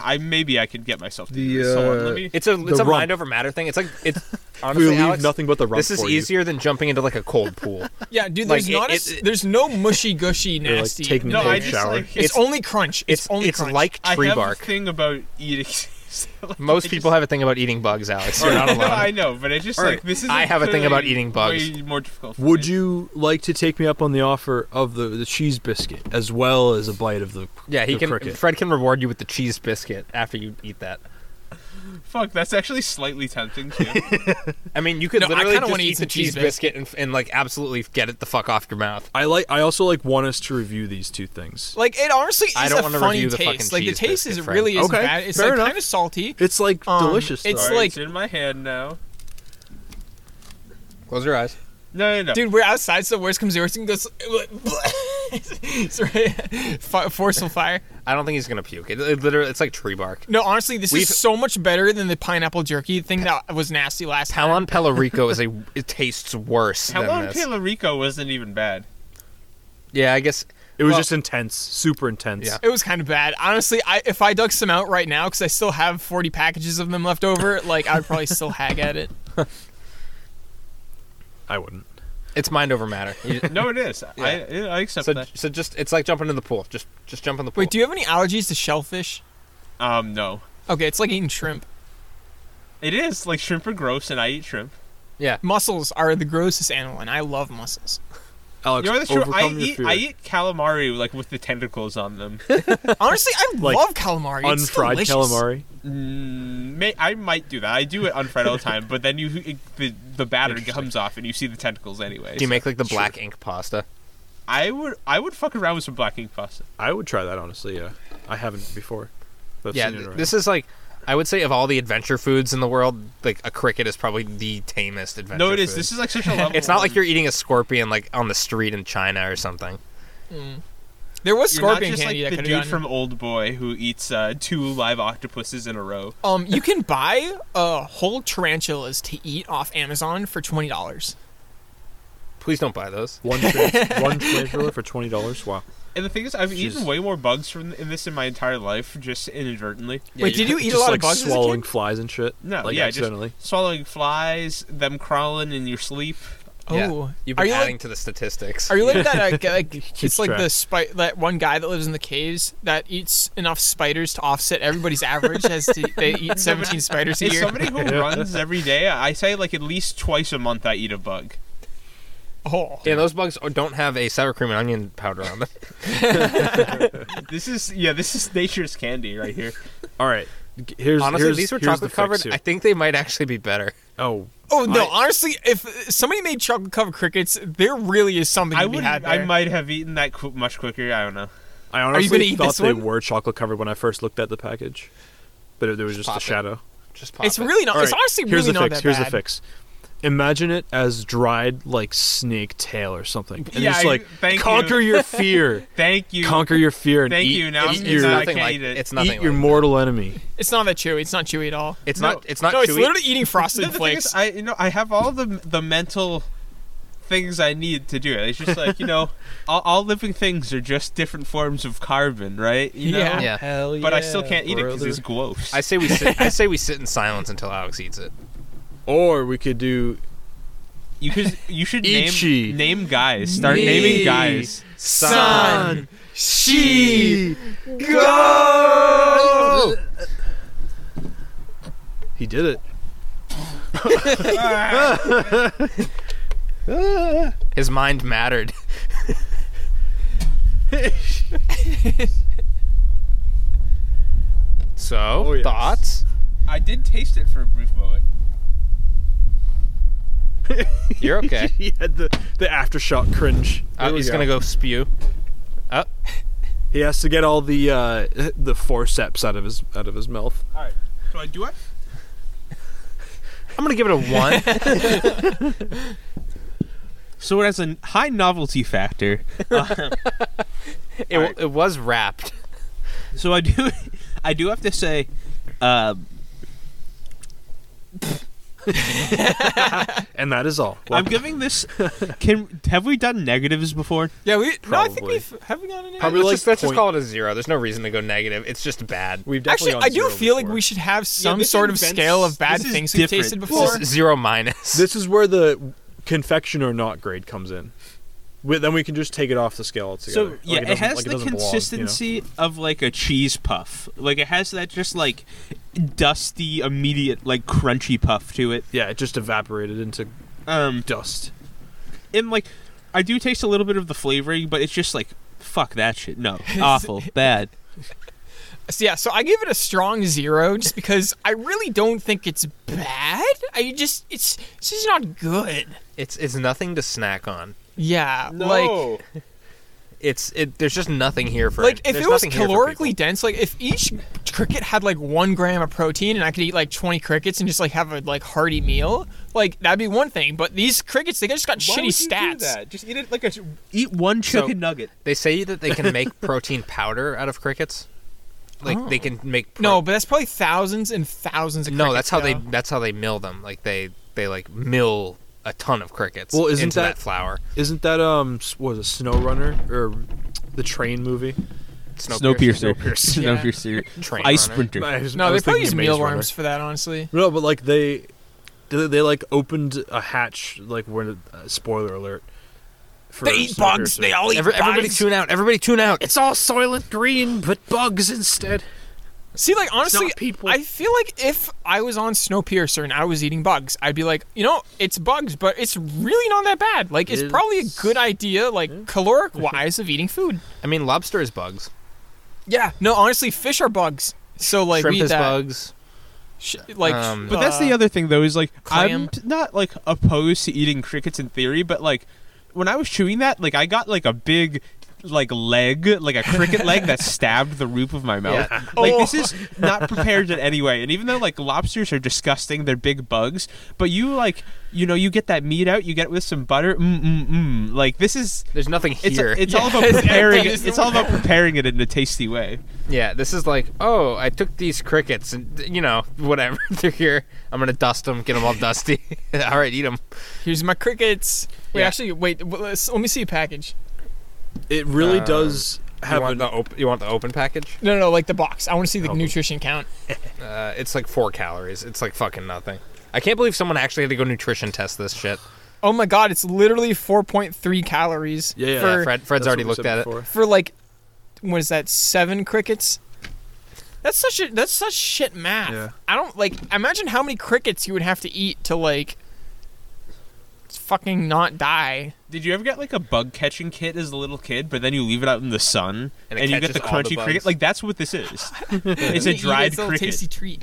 Speaker 3: I maybe I could get myself. To
Speaker 5: The,
Speaker 3: do this. Hold on,
Speaker 5: uh,
Speaker 3: let me.
Speaker 2: it's a it's a
Speaker 5: rump.
Speaker 2: mind over matter thing. It's like it's honestly
Speaker 5: we leave
Speaker 2: Alex,
Speaker 5: nothing but the rump
Speaker 2: This is
Speaker 5: for you.
Speaker 2: easier than jumping into like a cold pool.
Speaker 4: Yeah, dude.
Speaker 2: Like,
Speaker 4: There's
Speaker 2: it-
Speaker 4: not. a
Speaker 2: it-
Speaker 4: s- there's no mushy gushy
Speaker 5: Or, like
Speaker 4: nasty.
Speaker 5: taking
Speaker 3: No,
Speaker 5: a cold
Speaker 3: I just
Speaker 5: shower.
Speaker 3: like.
Speaker 4: it's, only crunch. It's, only
Speaker 2: it's
Speaker 4: crunch.
Speaker 2: like
Speaker 3: I
Speaker 2: tree
Speaker 3: have
Speaker 2: bark.
Speaker 3: a thing about eating
Speaker 2: Most people have a thing about eating bugs, Alex. You're not
Speaker 3: no,
Speaker 2: alone.
Speaker 3: I know, but I just
Speaker 2: All
Speaker 3: like
Speaker 2: right,
Speaker 3: this is.
Speaker 2: I have a thing about eating bugs.
Speaker 3: Way more difficult. for
Speaker 9: Would
Speaker 3: me.
Speaker 9: you like to take me up on the offer of the, the cheese biscuit as well as a bite of the
Speaker 2: yeah, he
Speaker 9: the
Speaker 2: can.
Speaker 9: cricket?
Speaker 2: Fred can reward you with the cheese biscuit after you eat that.
Speaker 3: Fuck, that's actually slightly tempting too.
Speaker 2: I mean, you could
Speaker 4: No, I
Speaker 2: literally
Speaker 4: kinda
Speaker 2: just
Speaker 4: wanna
Speaker 2: eat,
Speaker 4: eat
Speaker 2: the
Speaker 4: some
Speaker 2: cheese
Speaker 4: cheese
Speaker 2: biscuit and, and like absolutely get it the fuck off your mouth.
Speaker 9: I like. I also like want us to review these two things.
Speaker 4: Like it honestly is
Speaker 2: I don't
Speaker 4: a
Speaker 2: wanna
Speaker 4: funny
Speaker 2: review the fucking
Speaker 4: taste. like the
Speaker 2: cheese
Speaker 4: taste
Speaker 2: biscuit,
Speaker 4: is
Speaker 2: Frank.
Speaker 4: really isn't
Speaker 9: Okay,
Speaker 4: bad. It's
Speaker 9: fair
Speaker 4: like
Speaker 9: enough.
Speaker 4: kind of salty.
Speaker 9: It's like
Speaker 4: Um,
Speaker 9: delicious. Though.
Speaker 4: it's-
Speaker 3: All
Speaker 4: like-
Speaker 3: it's in my hand now.
Speaker 2: Close your eyes.
Speaker 3: No, no, no.
Speaker 4: Dude, we're outside, so worst comes to worst, and goes. it's right. Fi forceful fire.
Speaker 2: I don't think he's gonna puke. It, it literally, it's like tree bark.
Speaker 4: No, honestly, this
Speaker 2: We've-
Speaker 4: is so much better than the pineapple jerky thing that was nasty last time.
Speaker 2: Talon Pelorico is a. It tastes worse
Speaker 3: How
Speaker 2: than
Speaker 3: long
Speaker 2: this.
Speaker 3: Palo Rico wasn't even bad.
Speaker 2: yeah, I guess.
Speaker 5: It was
Speaker 2: Well-
Speaker 5: just intense, super intense.
Speaker 2: Yeah.
Speaker 4: It was kind of bad, honestly. I if I dug some out right now because I still have forty packages of them left over, like I'd probably still hag at it.
Speaker 5: I wouldn't.
Speaker 2: It's mind over matter. You-
Speaker 3: No, it is. I, I accept
Speaker 2: so,
Speaker 3: that.
Speaker 2: so just it's like jumping in the pool. Just just jump in the pool.
Speaker 4: Wait, do you have any allergies to shellfish?
Speaker 3: Um, no,
Speaker 4: Okay, it's like eating shrimp.
Speaker 3: it is like shrimp are gross, and I eat shrimp.
Speaker 4: Mussels are the grossest animal, and I love mussels.
Speaker 9: Alex,
Speaker 3: You know that's true. I
Speaker 9: overcome your
Speaker 3: eat,
Speaker 9: fear.
Speaker 3: I eat calamari like with the tentacles on them.
Speaker 4: Honestly, I
Speaker 5: Like,
Speaker 4: love calamari. It's
Speaker 5: Unfried
Speaker 4: delicious.
Speaker 5: calamari.
Speaker 3: Mm, may, I might do that. I do it on Fred all the time, but then you it, the the batter comes off and you see the tentacles anyway.
Speaker 2: Do you
Speaker 3: so-
Speaker 2: make like the black ink pasta?
Speaker 3: I would I would fuck around with some black ink pasta.
Speaker 9: I would try that honestly. Yeah, I haven't before. but I've
Speaker 2: yeah,
Speaker 9: seen it
Speaker 2: th-
Speaker 9: around.
Speaker 2: this is like. I would say of all the adventure foods in the world, like a cricket is probably the tamest adventure.
Speaker 3: No, it is.
Speaker 2: food.
Speaker 3: This is like such a level.
Speaker 2: It's not like
Speaker 3: one.
Speaker 2: you're eating a scorpion like on the street in China or something.
Speaker 4: There was
Speaker 3: You're not
Speaker 4: scorpion
Speaker 3: just
Speaker 4: candy
Speaker 3: like the
Speaker 4: that could
Speaker 3: dude
Speaker 4: have gotten.
Speaker 3: from Old Boy who eats uh, two live octopuses in a row.
Speaker 4: um, you can buy uh, whole tarantulas to eat off Amazon for twenty dollars.
Speaker 2: Please don't buy those.
Speaker 5: One trans- one tarantula for twenty dollars. Wow.
Speaker 3: And the thing is, I've
Speaker 9: Jesus.
Speaker 3: eaten way more bugs from in this in my entire life, just inadvertently.
Speaker 2: Yeah,
Speaker 4: Wait,
Speaker 2: you-
Speaker 4: did you eat
Speaker 9: Just
Speaker 4: a lot
Speaker 9: like
Speaker 4: of bugs? as a kid?
Speaker 9: swallowing flies and shit.
Speaker 3: No,
Speaker 9: like
Speaker 3: yeah,
Speaker 9: accidentally.
Speaker 3: just swallowing flies, them crawling in your sleep.
Speaker 2: Yeah.
Speaker 4: Oh,
Speaker 2: You've
Speaker 4: are
Speaker 2: been
Speaker 4: you
Speaker 2: adding
Speaker 4: like?
Speaker 2: to the statistics.
Speaker 4: Are you like that? Uh, g- like
Speaker 5: Keeps
Speaker 4: it's like the
Speaker 5: track.
Speaker 4: spy, that one guy that lives in the caves that eats enough spiders to offset everybody's average as to, they eat seventeen spiders a
Speaker 3: As
Speaker 4: year.
Speaker 3: somebody who runs every day, I say like at least twice a month I eat a bug.
Speaker 4: Oh,
Speaker 2: yeah, those bugs don't have a sour cream and onion powder on them.
Speaker 3: This is yeah, this is nature's candy right here.
Speaker 5: All right. G- Here's
Speaker 2: Honestly,
Speaker 5: here's,
Speaker 2: these were
Speaker 5: here's the
Speaker 2: chocolate
Speaker 5: fix
Speaker 2: covered.
Speaker 5: here.
Speaker 2: I think they might actually be better.
Speaker 5: oh,
Speaker 4: oh no! Honestly, if somebody made chocolate covered crickets, there really is something
Speaker 3: I
Speaker 4: to be
Speaker 3: would
Speaker 4: had.
Speaker 3: I
Speaker 4: there.
Speaker 3: might have eaten that qu- much quicker. I don't know.
Speaker 5: I
Speaker 4: you gonna
Speaker 5: honestly
Speaker 4: eat
Speaker 5: thought
Speaker 4: this
Speaker 5: they
Speaker 4: one?
Speaker 5: were chocolate covered when I first looked at the package, but it, there was just
Speaker 2: pop
Speaker 5: a
Speaker 2: it.
Speaker 5: shadow.
Speaker 2: Just pop
Speaker 4: It's
Speaker 2: it.
Speaker 4: really not.
Speaker 5: All
Speaker 4: It's
Speaker 5: right,
Speaker 4: honestly
Speaker 5: here's
Speaker 4: really
Speaker 5: the
Speaker 4: not
Speaker 5: fix.
Speaker 4: that
Speaker 5: here's
Speaker 4: bad.
Speaker 5: the fix. Imagine it as dried like snake tail or something, and
Speaker 3: Yeah,
Speaker 5: just
Speaker 3: I-
Speaker 5: like
Speaker 3: thank you.
Speaker 5: conquer your fear,
Speaker 3: Thank you.
Speaker 5: conquer your fear, and
Speaker 3: Thank
Speaker 5: eat,
Speaker 3: you. Now
Speaker 5: eat
Speaker 3: I'm
Speaker 5: your,
Speaker 3: now I
Speaker 2: nothing
Speaker 3: can't
Speaker 2: like
Speaker 3: eat it.
Speaker 2: it's
Speaker 5: eat
Speaker 2: nothing.
Speaker 5: your
Speaker 2: like-
Speaker 5: mortal enemy.
Speaker 4: It's not that chewy. It's not chewy at all.
Speaker 2: it's
Speaker 3: No.
Speaker 2: not. It's not.
Speaker 4: no, it's
Speaker 2: chewy.
Speaker 4: literally eating
Speaker 3: No,
Speaker 4: frosted
Speaker 3: the thing
Speaker 4: flakes.
Speaker 3: is, I you know I have all the the mental things I need to do it. It's just like you know, all, all living things are just different forms of carbon, right? You know?
Speaker 4: Yeah.
Speaker 2: Yeah.
Speaker 9: Hell
Speaker 3: But I still can't eat it because it's gross.
Speaker 2: I say we. Sit, I say we sit in silence until Alex eats it.
Speaker 9: Or we could do
Speaker 3: you could you should
Speaker 9: Ichi.
Speaker 3: name name guys. Start
Speaker 4: Me.
Speaker 3: naming guys.
Speaker 4: Son, she,
Speaker 9: He did it.
Speaker 2: His mind mattered. so
Speaker 5: yes.
Speaker 2: thoughts?
Speaker 3: I did taste it for a brief moment.
Speaker 2: You're okay.
Speaker 5: he had the the aftershock cringe.
Speaker 2: Uh,
Speaker 5: There we
Speaker 2: he's gonna go spew.
Speaker 5: He has to get all the uh, the forceps out of his out of his mouth.
Speaker 3: All right. Do I do it?
Speaker 2: I'm gonna give it a one.
Speaker 3: So it has a high novelty factor.
Speaker 2: it, w it was wrapped.
Speaker 3: So I do, I do have to say, um,
Speaker 5: And that is all.
Speaker 3: I'm giving this. Can have we done negatives before?
Speaker 4: yeah, we. No, I think
Speaker 5: Probably.
Speaker 4: we've have we gotten it.
Speaker 5: Probably
Speaker 2: let's
Speaker 5: like
Speaker 2: just, let's just
Speaker 5: point-
Speaker 2: call it a zero. There's no reason to go negative. It's just bad.
Speaker 5: We've
Speaker 4: Actually,
Speaker 5: definitely
Speaker 4: I do
Speaker 5: gone zero
Speaker 4: feel like
Speaker 5: before.
Speaker 4: we should have some
Speaker 3: this
Speaker 4: sort of
Speaker 3: invents-
Speaker 4: scale of bad
Speaker 3: this is
Speaker 4: things we've
Speaker 3: different.
Speaker 4: tasted
Speaker 3: This
Speaker 4: before.
Speaker 2: Zero minus.
Speaker 5: This is where the confection or not grade comes in. we, then we can just take it off the scale
Speaker 3: So
Speaker 5: altogether.
Speaker 3: yeah,
Speaker 5: Like,
Speaker 3: it,
Speaker 5: doesn't-
Speaker 3: has
Speaker 5: like,
Speaker 3: the
Speaker 5: doesn't belong, you know?
Speaker 3: consistency of like a cheese puff. Like it has that just like dusty, immediate like crunchy puff to it.
Speaker 5: Yeah, it just evaporated into
Speaker 3: Um,
Speaker 5: dust.
Speaker 3: and like I do taste a little bit of the flavoring, but it's just like fuck that shit. No, awful, bad.
Speaker 4: So, yeah, so I give it a strong zero just because I really don't think it's bad. I just it's it's just not good.
Speaker 2: It's it's nothing to snack on.
Speaker 4: Yeah, like
Speaker 2: It's it. There's just nothing here for.
Speaker 4: like if
Speaker 2: there's
Speaker 4: it was
Speaker 2: nothing here for people.
Speaker 4: calorically dense, like if each cricket had like one gram of protein and I could eat like twenty crickets and just like have a like hearty meal, like that'd be one thing. But these crickets, they just got shitty stats.
Speaker 3: Just eat it like a eat one chicken nugget.
Speaker 2: They say that they can make protein powder out of crickets. Like they can make pro-
Speaker 4: No, but that's probably thousands and thousands of.
Speaker 2: no.
Speaker 4: crickets,
Speaker 2: That's how they
Speaker 4: though.
Speaker 2: that's how they mill them. Like they they like mill a ton of crickets
Speaker 5: Well, isn't
Speaker 2: into that,
Speaker 5: that-
Speaker 2: flour.
Speaker 5: Isn't that um s- what was it Snow Runner or the train movie?
Speaker 3: Snowpiercer,
Speaker 4: Yeah.
Speaker 3: Snowpiercer,
Speaker 2: Train
Speaker 3: Ice
Speaker 2: runner.
Speaker 3: Sprinter.
Speaker 5: I was- I
Speaker 4: No, they
Speaker 5: was
Speaker 4: probably use
Speaker 5: thinking Maze Runner.
Speaker 4: mealworms for that, honestly.
Speaker 5: No, but like they, they, they like opened a hatch. Like when uh, spoiler alert. For
Speaker 4: They eat bugs.
Speaker 5: Snowpiercer.
Speaker 4: They all eat
Speaker 2: Every, everybody
Speaker 4: bugs.
Speaker 2: tune out! Everybody tune out!
Speaker 5: It's all soylent green, but bugs instead.
Speaker 4: See, like honestly,
Speaker 5: not people.
Speaker 4: I feel like if I was on Snowpiercer and I was eating bugs, I'd be like, you know, it's bugs, but it's really not that bad. Like, it's, probably a good idea, like caloric wise, of eating food.
Speaker 2: I mean, lobster is bugs.
Speaker 4: Yeah. No, honestly, fish are bugs. So like,
Speaker 2: Shrimp
Speaker 4: we eat
Speaker 2: is
Speaker 4: that.
Speaker 2: bugs.
Speaker 4: Sh- like,
Speaker 2: Um,
Speaker 3: But that's the
Speaker 4: uh,
Speaker 3: other thing, though, is like
Speaker 4: clam.
Speaker 3: I'm t- not like opposed to eating crickets in theory, but like when I was chewing that, like I got like a big like leg, like a cricket leg that stabbed the roof of my mouth. Like this is not prepared in any way. And even though like lobsters are disgusting, they're big bugs. But you like you know you get that meat out, you get it with some butter. Mm mm mm. Like this is.
Speaker 2: There's nothing
Speaker 3: It's,
Speaker 2: here.
Speaker 3: it's all about
Speaker 4: Yes,
Speaker 3: preparing.
Speaker 4: that is
Speaker 3: It, it's all about preparing it in a tasty way.
Speaker 2: yeah, this is like, oh, I took these crickets and you know whatever they're here. I'm gonna dust them, get them all dusty. all right, eat them.
Speaker 4: here's my crickets. Wait,
Speaker 2: Yeah.
Speaker 4: actually, wait. w- Let's, let me see a package.
Speaker 5: It really does
Speaker 2: Uh, You
Speaker 5: have
Speaker 2: want,
Speaker 5: an,
Speaker 2: the op- you want the open package?
Speaker 4: No, no, no, like the box. I want to see the nutrition count.
Speaker 2: Uh, it's like four calories. It's like fucking nothing. I can't believe someone actually had to go nutrition test this shit.
Speaker 4: Oh my god, it's literally 4.3 calories.
Speaker 5: Yeah, yeah,
Speaker 4: for,
Speaker 2: Fred, Fred's
Speaker 5: that's
Speaker 2: already
Speaker 5: what
Speaker 2: looked
Speaker 5: we said
Speaker 2: at
Speaker 5: before.
Speaker 4: for like what is that seven crickets that's such a that's such shit math
Speaker 5: Yeah.
Speaker 4: i don't like imagine how many crickets you would have to eat to like fucking not die
Speaker 3: Did you ever get like a bug catching kit as a little kid, but then you leave it out in the sun
Speaker 2: And
Speaker 3: and,
Speaker 2: it
Speaker 3: you get the
Speaker 2: catches all the
Speaker 3: crunchy
Speaker 2: bugs.
Speaker 3: cricket? Like that's what this is. it's
Speaker 4: You
Speaker 3: a
Speaker 4: eat
Speaker 3: dried
Speaker 4: as a little
Speaker 3: cricket.
Speaker 4: tasty treat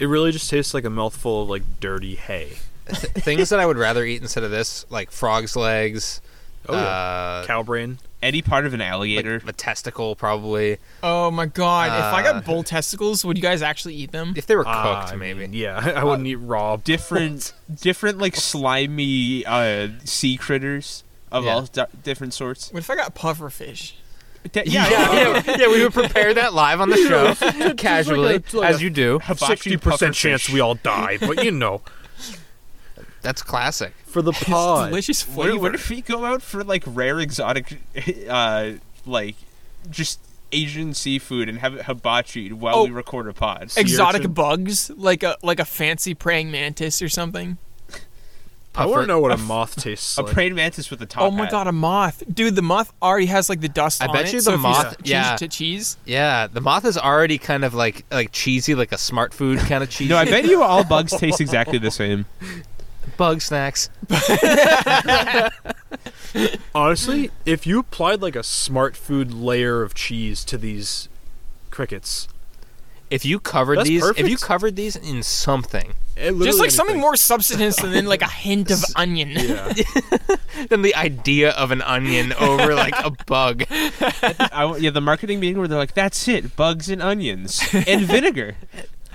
Speaker 5: It really just tastes like a mouthful of like dirty hay.
Speaker 2: it. Things that I would rather eat instead of this, like frog's legs,
Speaker 5: Oh, yeah.
Speaker 2: uh,
Speaker 5: Cow brain.
Speaker 3: Any part of an alligator.
Speaker 2: like a testicle probably.
Speaker 4: oh my god if i
Speaker 2: Uh,
Speaker 4: got bull testicles would you guys actually eat them
Speaker 2: If they were
Speaker 5: Ah,
Speaker 2: cooked,
Speaker 5: I
Speaker 2: maybe.
Speaker 5: mean, yeah, I wouldn't eat raw.
Speaker 3: different, different like slimy uh, sea critters of
Speaker 2: Yeah.
Speaker 3: all di- different sorts.
Speaker 4: what if i got puffer fish
Speaker 3: Yeah, yeah.
Speaker 2: yeah, yeah, we would prepare that live on the show casually,
Speaker 5: like a- like
Speaker 2: as
Speaker 5: a-
Speaker 2: you do.
Speaker 3: Hibachi
Speaker 5: Sixty percent
Speaker 3: pufferfish.
Speaker 5: chance we all die, but you know,
Speaker 2: That's classic.
Speaker 5: for the
Speaker 4: It's
Speaker 5: pod.
Speaker 4: delicious flavor
Speaker 3: What, what if we go out for like rare exotic, uh, like just Asian seafood and have it hibachi while
Speaker 4: Oh.
Speaker 3: we record a pod?
Speaker 4: exotic
Speaker 5: urchin?
Speaker 4: bugs like a like a fancy praying mantis or something
Speaker 5: I want
Speaker 2: Puffer-
Speaker 5: to know what a moth tastes
Speaker 3: A
Speaker 5: like.
Speaker 3: praying mantis with a top.
Speaker 4: Oh my
Speaker 3: hat.
Speaker 4: god, a moth, dude! The moth already has like the dust
Speaker 2: I
Speaker 4: on
Speaker 2: bet
Speaker 4: it.
Speaker 2: you the
Speaker 4: so if
Speaker 2: moth-
Speaker 4: s- change
Speaker 2: yeah.
Speaker 4: it to cheese.
Speaker 2: Yeah, the moth is already kind of like like cheesy, like a smart food kind of cheesy.
Speaker 3: No, I bet you all bugs taste exactly the same.
Speaker 2: bug snacks.
Speaker 5: Honestly, if you applied like a smart food layer of cheese to these crickets,
Speaker 2: If you covered
Speaker 5: That's
Speaker 2: these, if you
Speaker 5: perfect.
Speaker 2: covered these in something,
Speaker 4: Just
Speaker 5: it eh, literally
Speaker 4: like something
Speaker 5: anything-
Speaker 4: more substance than then like a hint of onion.
Speaker 5: Yeah.
Speaker 2: then the idea of an onion over like a bug.
Speaker 3: I want- yeah, the marketing meeting where they're like, "That's it, bugs and onions and vinegar."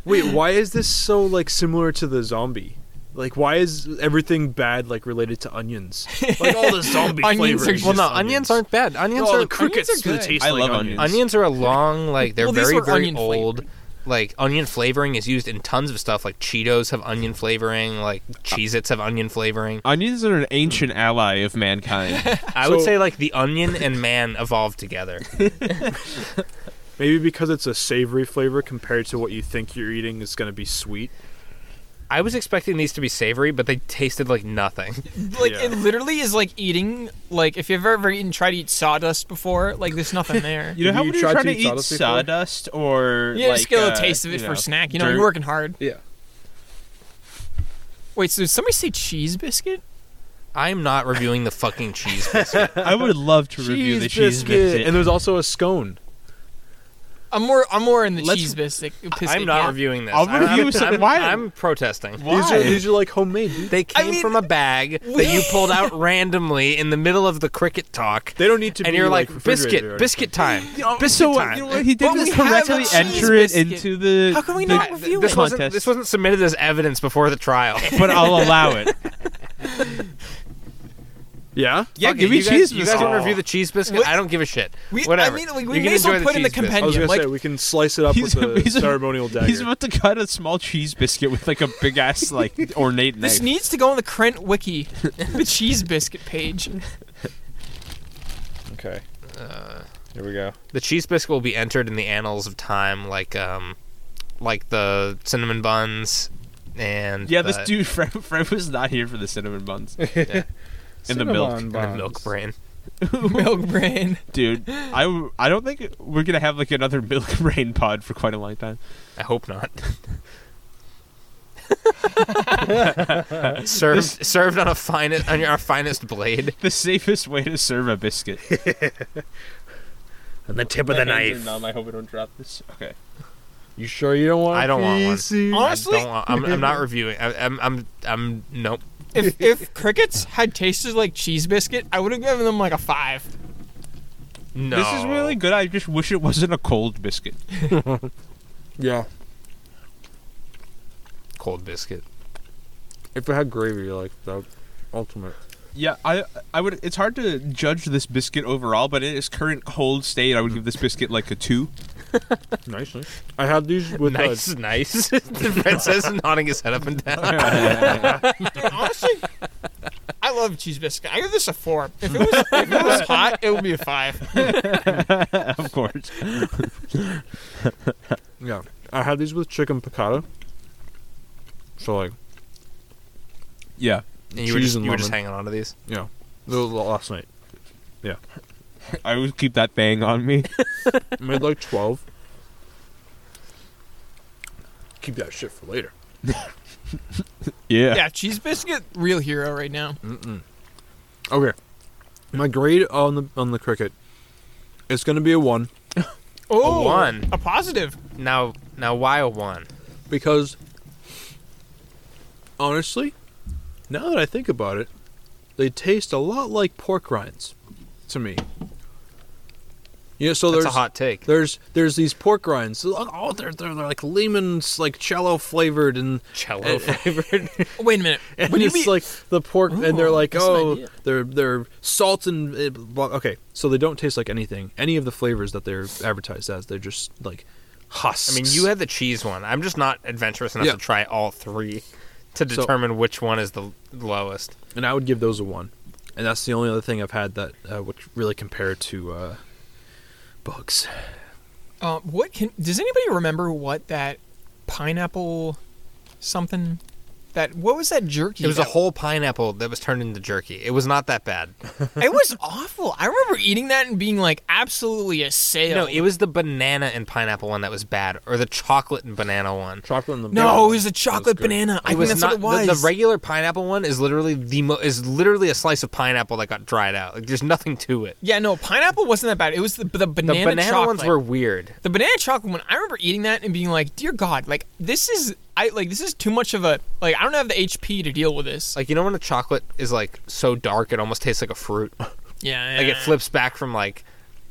Speaker 5: Wait, why is this so like similar to the zombie? Like, why is everything bad like related to onions? Like all the zombie
Speaker 4: Onions
Speaker 5: flavors.
Speaker 4: are-
Speaker 5: is
Speaker 2: Well, no,
Speaker 5: just
Speaker 2: onions aren't bad. Onions
Speaker 5: Oh,
Speaker 2: are
Speaker 5: the crickets
Speaker 4: onions are
Speaker 5: that
Speaker 4: good.
Speaker 5: taste
Speaker 3: I
Speaker 5: like
Speaker 3: love
Speaker 5: onions.
Speaker 3: onions.
Speaker 2: Onions are a long like they're
Speaker 4: Well, these
Speaker 2: very
Speaker 4: were
Speaker 2: very
Speaker 4: onion
Speaker 2: old. Like onion flavoring is used in tons of stuff. Like Cheetos have onion flavoring. Like Cheez-Its have onion flavoring.
Speaker 3: Onions are an ancient
Speaker 4: Hmm.
Speaker 3: ally of mankind.
Speaker 2: I would
Speaker 5: So-
Speaker 2: say like the onion and man evolved together.
Speaker 5: Maybe because it's a savory flavor compared to what you think you're eating is going to be sweet.
Speaker 2: I was expecting these to be savory, but they tasted like nothing.
Speaker 4: Like it literally is like eating like if you've ever, ever eaten tried to eat sawdust before, like there's nothing there.
Speaker 3: You know how
Speaker 10: You
Speaker 3: when you're
Speaker 10: tried
Speaker 3: trying
Speaker 10: to
Speaker 3: to
Speaker 10: eat
Speaker 3: eat
Speaker 10: sawdust before?
Speaker 3: sawdust or
Speaker 4: Yeah,
Speaker 3: like,
Speaker 4: just get a little
Speaker 3: uh,
Speaker 4: taste of it
Speaker 3: you
Speaker 4: for
Speaker 3: know,
Speaker 4: a snack. You know,
Speaker 3: dirt.
Speaker 4: you're working hard.
Speaker 10: Yeah.
Speaker 4: Wait, so did somebody say cheese biscuit?
Speaker 2: I'm not reviewing the fucking cheese biscuit.
Speaker 3: I would love to review the cheese biscuit.
Speaker 5: And there's also a scone.
Speaker 4: I'm more I'm more in the
Speaker 3: Let's-
Speaker 4: cheese biscuit. biscuit
Speaker 2: I'm not
Speaker 4: yeah.
Speaker 2: reviewing this.
Speaker 3: I'll
Speaker 2: I'm-
Speaker 3: review
Speaker 2: I'm,
Speaker 3: some-
Speaker 2: I'm-
Speaker 3: why?
Speaker 2: I'm protesting.
Speaker 5: These are, these are like homemade. Dude.
Speaker 2: They came
Speaker 4: mean-
Speaker 2: from a bag that you pulled out randomly in the middle of the cricket talk.
Speaker 5: They don't need to
Speaker 2: and
Speaker 5: be
Speaker 2: you're like,
Speaker 5: refrigerated or
Speaker 2: biscuit,
Speaker 5: anything."
Speaker 2: biscuit time, biscuit
Speaker 3: so
Speaker 2: time.
Speaker 3: you know what? He
Speaker 4: But
Speaker 3: didn't
Speaker 4: we have a
Speaker 3: correctly
Speaker 4: cheese
Speaker 3: enter it
Speaker 4: biscuit.
Speaker 3: into the.
Speaker 4: How can we
Speaker 3: the-
Speaker 4: not review
Speaker 2: This
Speaker 4: it?
Speaker 2: wasn't,
Speaker 3: contest.
Speaker 2: this wasn't submitted as evidence before the trial.
Speaker 3: But I'll allow it.
Speaker 5: Yeah?
Speaker 3: Yeah,
Speaker 2: Fuck it,
Speaker 3: give me
Speaker 2: you guys-
Speaker 3: cheese
Speaker 2: You guys
Speaker 3: biscuit.
Speaker 2: want to review the cheese biscuit? I don't give a shit.
Speaker 4: We- I
Speaker 2: Whatever.
Speaker 4: mean, like, we
Speaker 2: You
Speaker 4: may
Speaker 2: can
Speaker 4: as well
Speaker 2: enjoy
Speaker 4: put in the
Speaker 2: cheese biscuit.
Speaker 5: I was
Speaker 4: compendium.
Speaker 5: gonna
Speaker 4: Like-
Speaker 5: say we can slice it up with a, ceremonial dagger.
Speaker 3: He's about to cut a small cheese biscuit with like a big ass like ornate
Speaker 4: This
Speaker 3: knife.
Speaker 4: needs to go on the Krent wiki, the cheese biscuit page.
Speaker 10: Okay.
Speaker 2: uh,
Speaker 10: Here we go.
Speaker 2: The cheese biscuit will be entered in the annals of time, like um, like the cinnamon buns, and
Speaker 3: yeah, this
Speaker 2: the-
Speaker 3: dude Fred, Fred was not here for the cinnamon buns In the milk.
Speaker 10: Cinnamon
Speaker 2: and the
Speaker 10: buns.
Speaker 2: milk brain.
Speaker 4: Milk brain.
Speaker 3: dude. I, w- I don't think we're gonna have like another milk rain pod for quite a long time.
Speaker 2: I hope not. served served on a finest on our finest blade.
Speaker 3: The safest way to serve a biscuit.
Speaker 2: On the tip of
Speaker 3: I hope I don't drop this. Okay.
Speaker 5: You sure you don't want
Speaker 2: I don't want one. Oh.
Speaker 4: Honestly,
Speaker 2: Don't, want- I'm, I'm not reviewing. I, I'm I'm I'm nope.
Speaker 4: if if crickets had tasted like cheese biscuit, I would have given them like a five.
Speaker 2: No.
Speaker 3: This is really good. I just wish it wasn't a cold biscuit.
Speaker 5: Yeah.
Speaker 2: cold biscuit.
Speaker 5: If it had gravy, like, the ultimate.
Speaker 3: Yeah, I I would. It's hard to judge this biscuit overall, but in its current cold state, I would give this biscuit like a two.
Speaker 5: Nicely. I had these with uh,
Speaker 2: Nice, nice. the Fred says, nodding his head up and down.
Speaker 4: Dude, honestly, I love cheese biscuit. I give this a four. If it was if it was hot, it would be a five.
Speaker 3: of course.
Speaker 5: Yeah, I had these with chicken piccata. So like,
Speaker 3: Yeah.
Speaker 2: And you were
Speaker 5: Cheese
Speaker 2: just,
Speaker 5: and
Speaker 2: you were just
Speaker 5: lemon.
Speaker 2: hanging on to these.
Speaker 5: yeah, the the last night
Speaker 3: I would keep that thing on me.
Speaker 5: I made like twelve. Keep that shit for later.
Speaker 3: Yeah.
Speaker 4: Yeah, cheese biscuit, real hero right now.
Speaker 5: Okay, my grade on the on the cricket, it's gonna be a one
Speaker 4: Oh,
Speaker 2: one.
Speaker 4: a positive.
Speaker 2: Now, now, why a one?
Speaker 5: because honestly, now that I think about it, they taste a lot like pork rinds to me. Yeah, so
Speaker 2: That's
Speaker 5: there's
Speaker 2: a hot take.
Speaker 5: There's there's these pork rinds. Oh, they're they're, they're like lemons, like cello flavored, and
Speaker 2: Cello flavored.
Speaker 4: Wait a minute.
Speaker 5: and
Speaker 4: When you
Speaker 5: it's
Speaker 4: be-
Speaker 5: like the pork, and they're
Speaker 4: Ooh,
Speaker 5: like
Speaker 4: that's an
Speaker 5: oh,
Speaker 4: idea.
Speaker 5: they're they're salt and uh, blah- okay. So they don't taste like anything. Any of the flavors that they're advertised as, they're just like husks.
Speaker 2: I mean, you had the cheese one. I'm just not adventurous enough
Speaker 5: Yeah.
Speaker 2: to try all three to
Speaker 5: So-
Speaker 2: determine which one is the l- lowest.
Speaker 5: and I would give those a one. And that's the only other thing I've had that uh, would really compare to uh, bugs.
Speaker 4: Uh, what can? Does anybody remember what that pineapple something? That what was that jerky?
Speaker 2: It was a
Speaker 4: that-
Speaker 2: whole pineapple that was turned into jerky. It was not that bad.
Speaker 4: It was awful. I remember eating that and being like absolutely assailed.
Speaker 2: No, it was the banana and pineapple one that was bad, or the chocolate and banana one.
Speaker 5: Chocolate in the
Speaker 4: No, it was a chocolate banana. I
Speaker 2: It
Speaker 4: think
Speaker 2: was
Speaker 4: that's
Speaker 2: not
Speaker 4: what it
Speaker 2: The,
Speaker 4: was.
Speaker 2: the regular pineapple one is literally the mo- is literally a slice of pineapple that got dried out. Like there's nothing to it.
Speaker 4: yeah, no, pineapple wasn't that bad. It was the the
Speaker 2: The
Speaker 4: banana.
Speaker 2: banana
Speaker 4: chocolate.
Speaker 2: ones were weird.
Speaker 4: the banana chocolate one. I remember eating that and being like, "Dear God, like this is I like this is too much of a like I don't have the HP to deal with this." Like,
Speaker 2: Like you know when a chocolate is like so dark it almost tastes like a fruit.
Speaker 4: yeah,
Speaker 2: like it
Speaker 4: yeah.
Speaker 2: flips back from like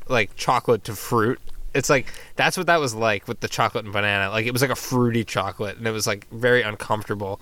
Speaker 2: like chocolate to fruit. It's like that's what that was like with the chocolate and banana. Like it was like a fruity chocolate and it was like very uncomfortable.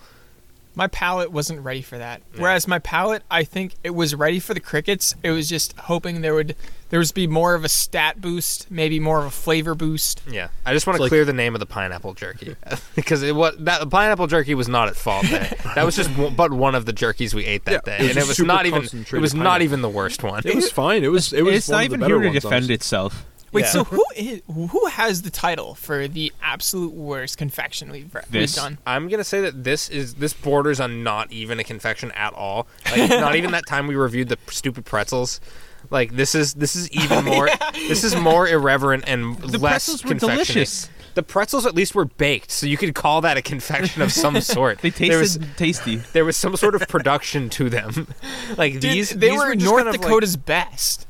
Speaker 4: My palate wasn't ready for that. Whereas my palate, I think it was ready for the crickets. It was just hoping there would there was be more of a stat boost, maybe more of a flavor boost.
Speaker 2: Yeah. I just want to clear the name of the pineapple jerky because it was that the pineapple jerky was not at fault there. that was just one, but one of the jerkies we ate that
Speaker 5: Yeah, it
Speaker 2: day and
Speaker 5: was
Speaker 2: it
Speaker 5: just
Speaker 2: was
Speaker 5: super
Speaker 2: not even it
Speaker 5: concentrated
Speaker 2: was not
Speaker 5: pineapple.
Speaker 2: even the worst one.
Speaker 5: It was fine. It was. It was
Speaker 3: it's
Speaker 5: one
Speaker 3: not
Speaker 5: of the
Speaker 3: even
Speaker 5: better
Speaker 3: here to
Speaker 5: ones,
Speaker 3: defend
Speaker 5: honestly.
Speaker 3: itself.
Speaker 4: Wait,
Speaker 2: Yeah.
Speaker 4: so who is, who has the title for the absolute worst confection we've, re- we've
Speaker 3: This.
Speaker 4: done?
Speaker 2: I'm gonna say that this is this borders on not even a confection at all. Like not even that time we reviewed the stupid pretzels. Like this is this is even more this is more irreverent and
Speaker 3: The
Speaker 2: less
Speaker 3: pretzels were
Speaker 2: confectiony.
Speaker 3: delicious.
Speaker 2: The pretzels at least were baked, so you could call that a confection of some sort.
Speaker 3: They
Speaker 2: There was-
Speaker 3: tasted tasty.
Speaker 2: there was some sort of production to them. Like
Speaker 4: Dude,
Speaker 2: these,
Speaker 4: they
Speaker 2: these
Speaker 4: were,
Speaker 2: just
Speaker 4: North
Speaker 2: kind of like-
Speaker 4: Dakota's best.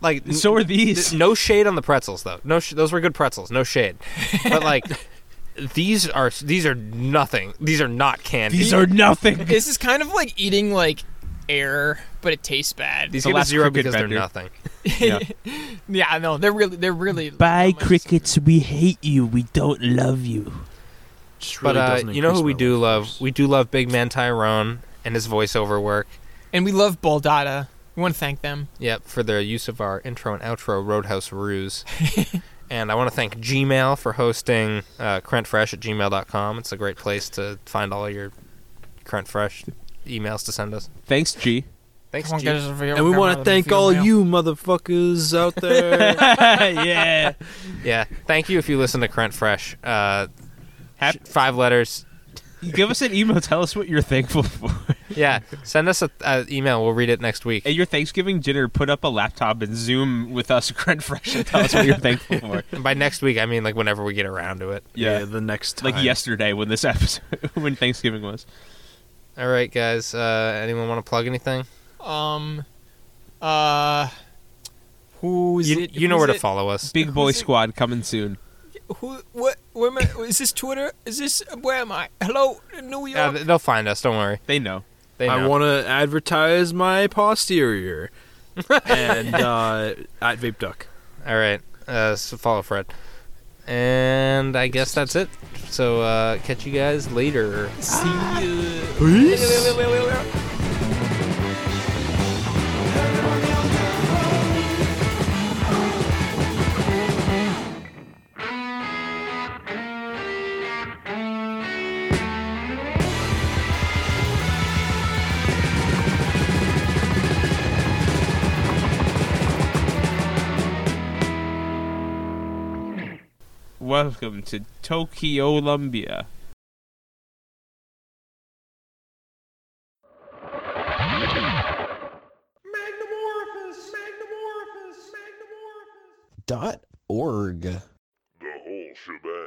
Speaker 2: Like,
Speaker 3: So were these.
Speaker 2: th- no shade on the pretzels though. No, sh- those were good pretzels. No shade, but like these are these are nothing. These are not candy.
Speaker 3: These are nothing.
Speaker 4: This is kind of like eating like air, but it tastes bad.
Speaker 2: These
Speaker 3: The
Speaker 2: get a
Speaker 3: last
Speaker 2: zero
Speaker 3: crooked
Speaker 2: because
Speaker 3: vendor.
Speaker 2: they're nothing.
Speaker 3: Yeah.
Speaker 4: yeah, no, they're really they're really. not much-
Speaker 3: we hate you. We don't love you.
Speaker 9: Just
Speaker 2: But
Speaker 9: really
Speaker 2: uh,
Speaker 9: doesn't
Speaker 2: you know who
Speaker 9: increase
Speaker 2: we
Speaker 9: my
Speaker 2: do
Speaker 9: life
Speaker 2: love?
Speaker 9: force.
Speaker 2: We do love Big Man Tyrone and his voiceover work.
Speaker 4: And we love Baldada. We want to thank them.
Speaker 2: Yep, for their use of our intro and outro Roadhouse Ruse. and I want to thank Gmail for hosting uh, CrentFresh at gmail.com. It's a great place to find all your Crent Fresh emails to send us.
Speaker 3: Thanks, G.
Speaker 2: Thanks,
Speaker 4: Come on,
Speaker 2: G.
Speaker 4: get us over here
Speaker 9: And we
Speaker 4: with
Speaker 9: want
Speaker 4: grandma
Speaker 9: to thank
Speaker 4: the
Speaker 9: all
Speaker 4: female.
Speaker 9: you motherfuckers out there.
Speaker 3: yeah.
Speaker 2: Yeah, thank you if you listen to Crent Fresh. Uh,
Speaker 3: Hap-
Speaker 2: sh- five letters.
Speaker 3: Give us an email. Tell us what you're thankful for.
Speaker 2: Yeah, send us an email. We'll read it next week.
Speaker 3: At your Thanksgiving dinner, put up a laptop and Zoom with us, Crent Fresh, and tell us what you're thankful for.
Speaker 2: And by next week, I mean like whenever we get around to it.
Speaker 9: yeah. the next time.
Speaker 3: Like yesterday when this episode, when Thanksgiving was.
Speaker 2: All right, guys. Uh, anyone want to plug anything?
Speaker 4: Um, uh, who's
Speaker 2: You,
Speaker 4: it?
Speaker 2: you know
Speaker 4: who's
Speaker 2: where to
Speaker 4: it?
Speaker 2: follow us.
Speaker 3: Big Boy
Speaker 4: Who's it?
Speaker 3: Squad coming soon.
Speaker 4: Who? What? Where am I? Is this Twitter? Is this where am I? Hello, New York.
Speaker 2: Uh, th- they'll find us. Don't worry.
Speaker 3: They know.
Speaker 2: They know.
Speaker 9: I want to advertise my posterior and uh, at Vape Duck.
Speaker 2: All right. Uh, so follow Fred. And I guess that's it. So uh, catch you guys later.
Speaker 3: Welcome to Tokyo, Columbia.
Speaker 11: dot org.
Speaker 7: The whole shebang.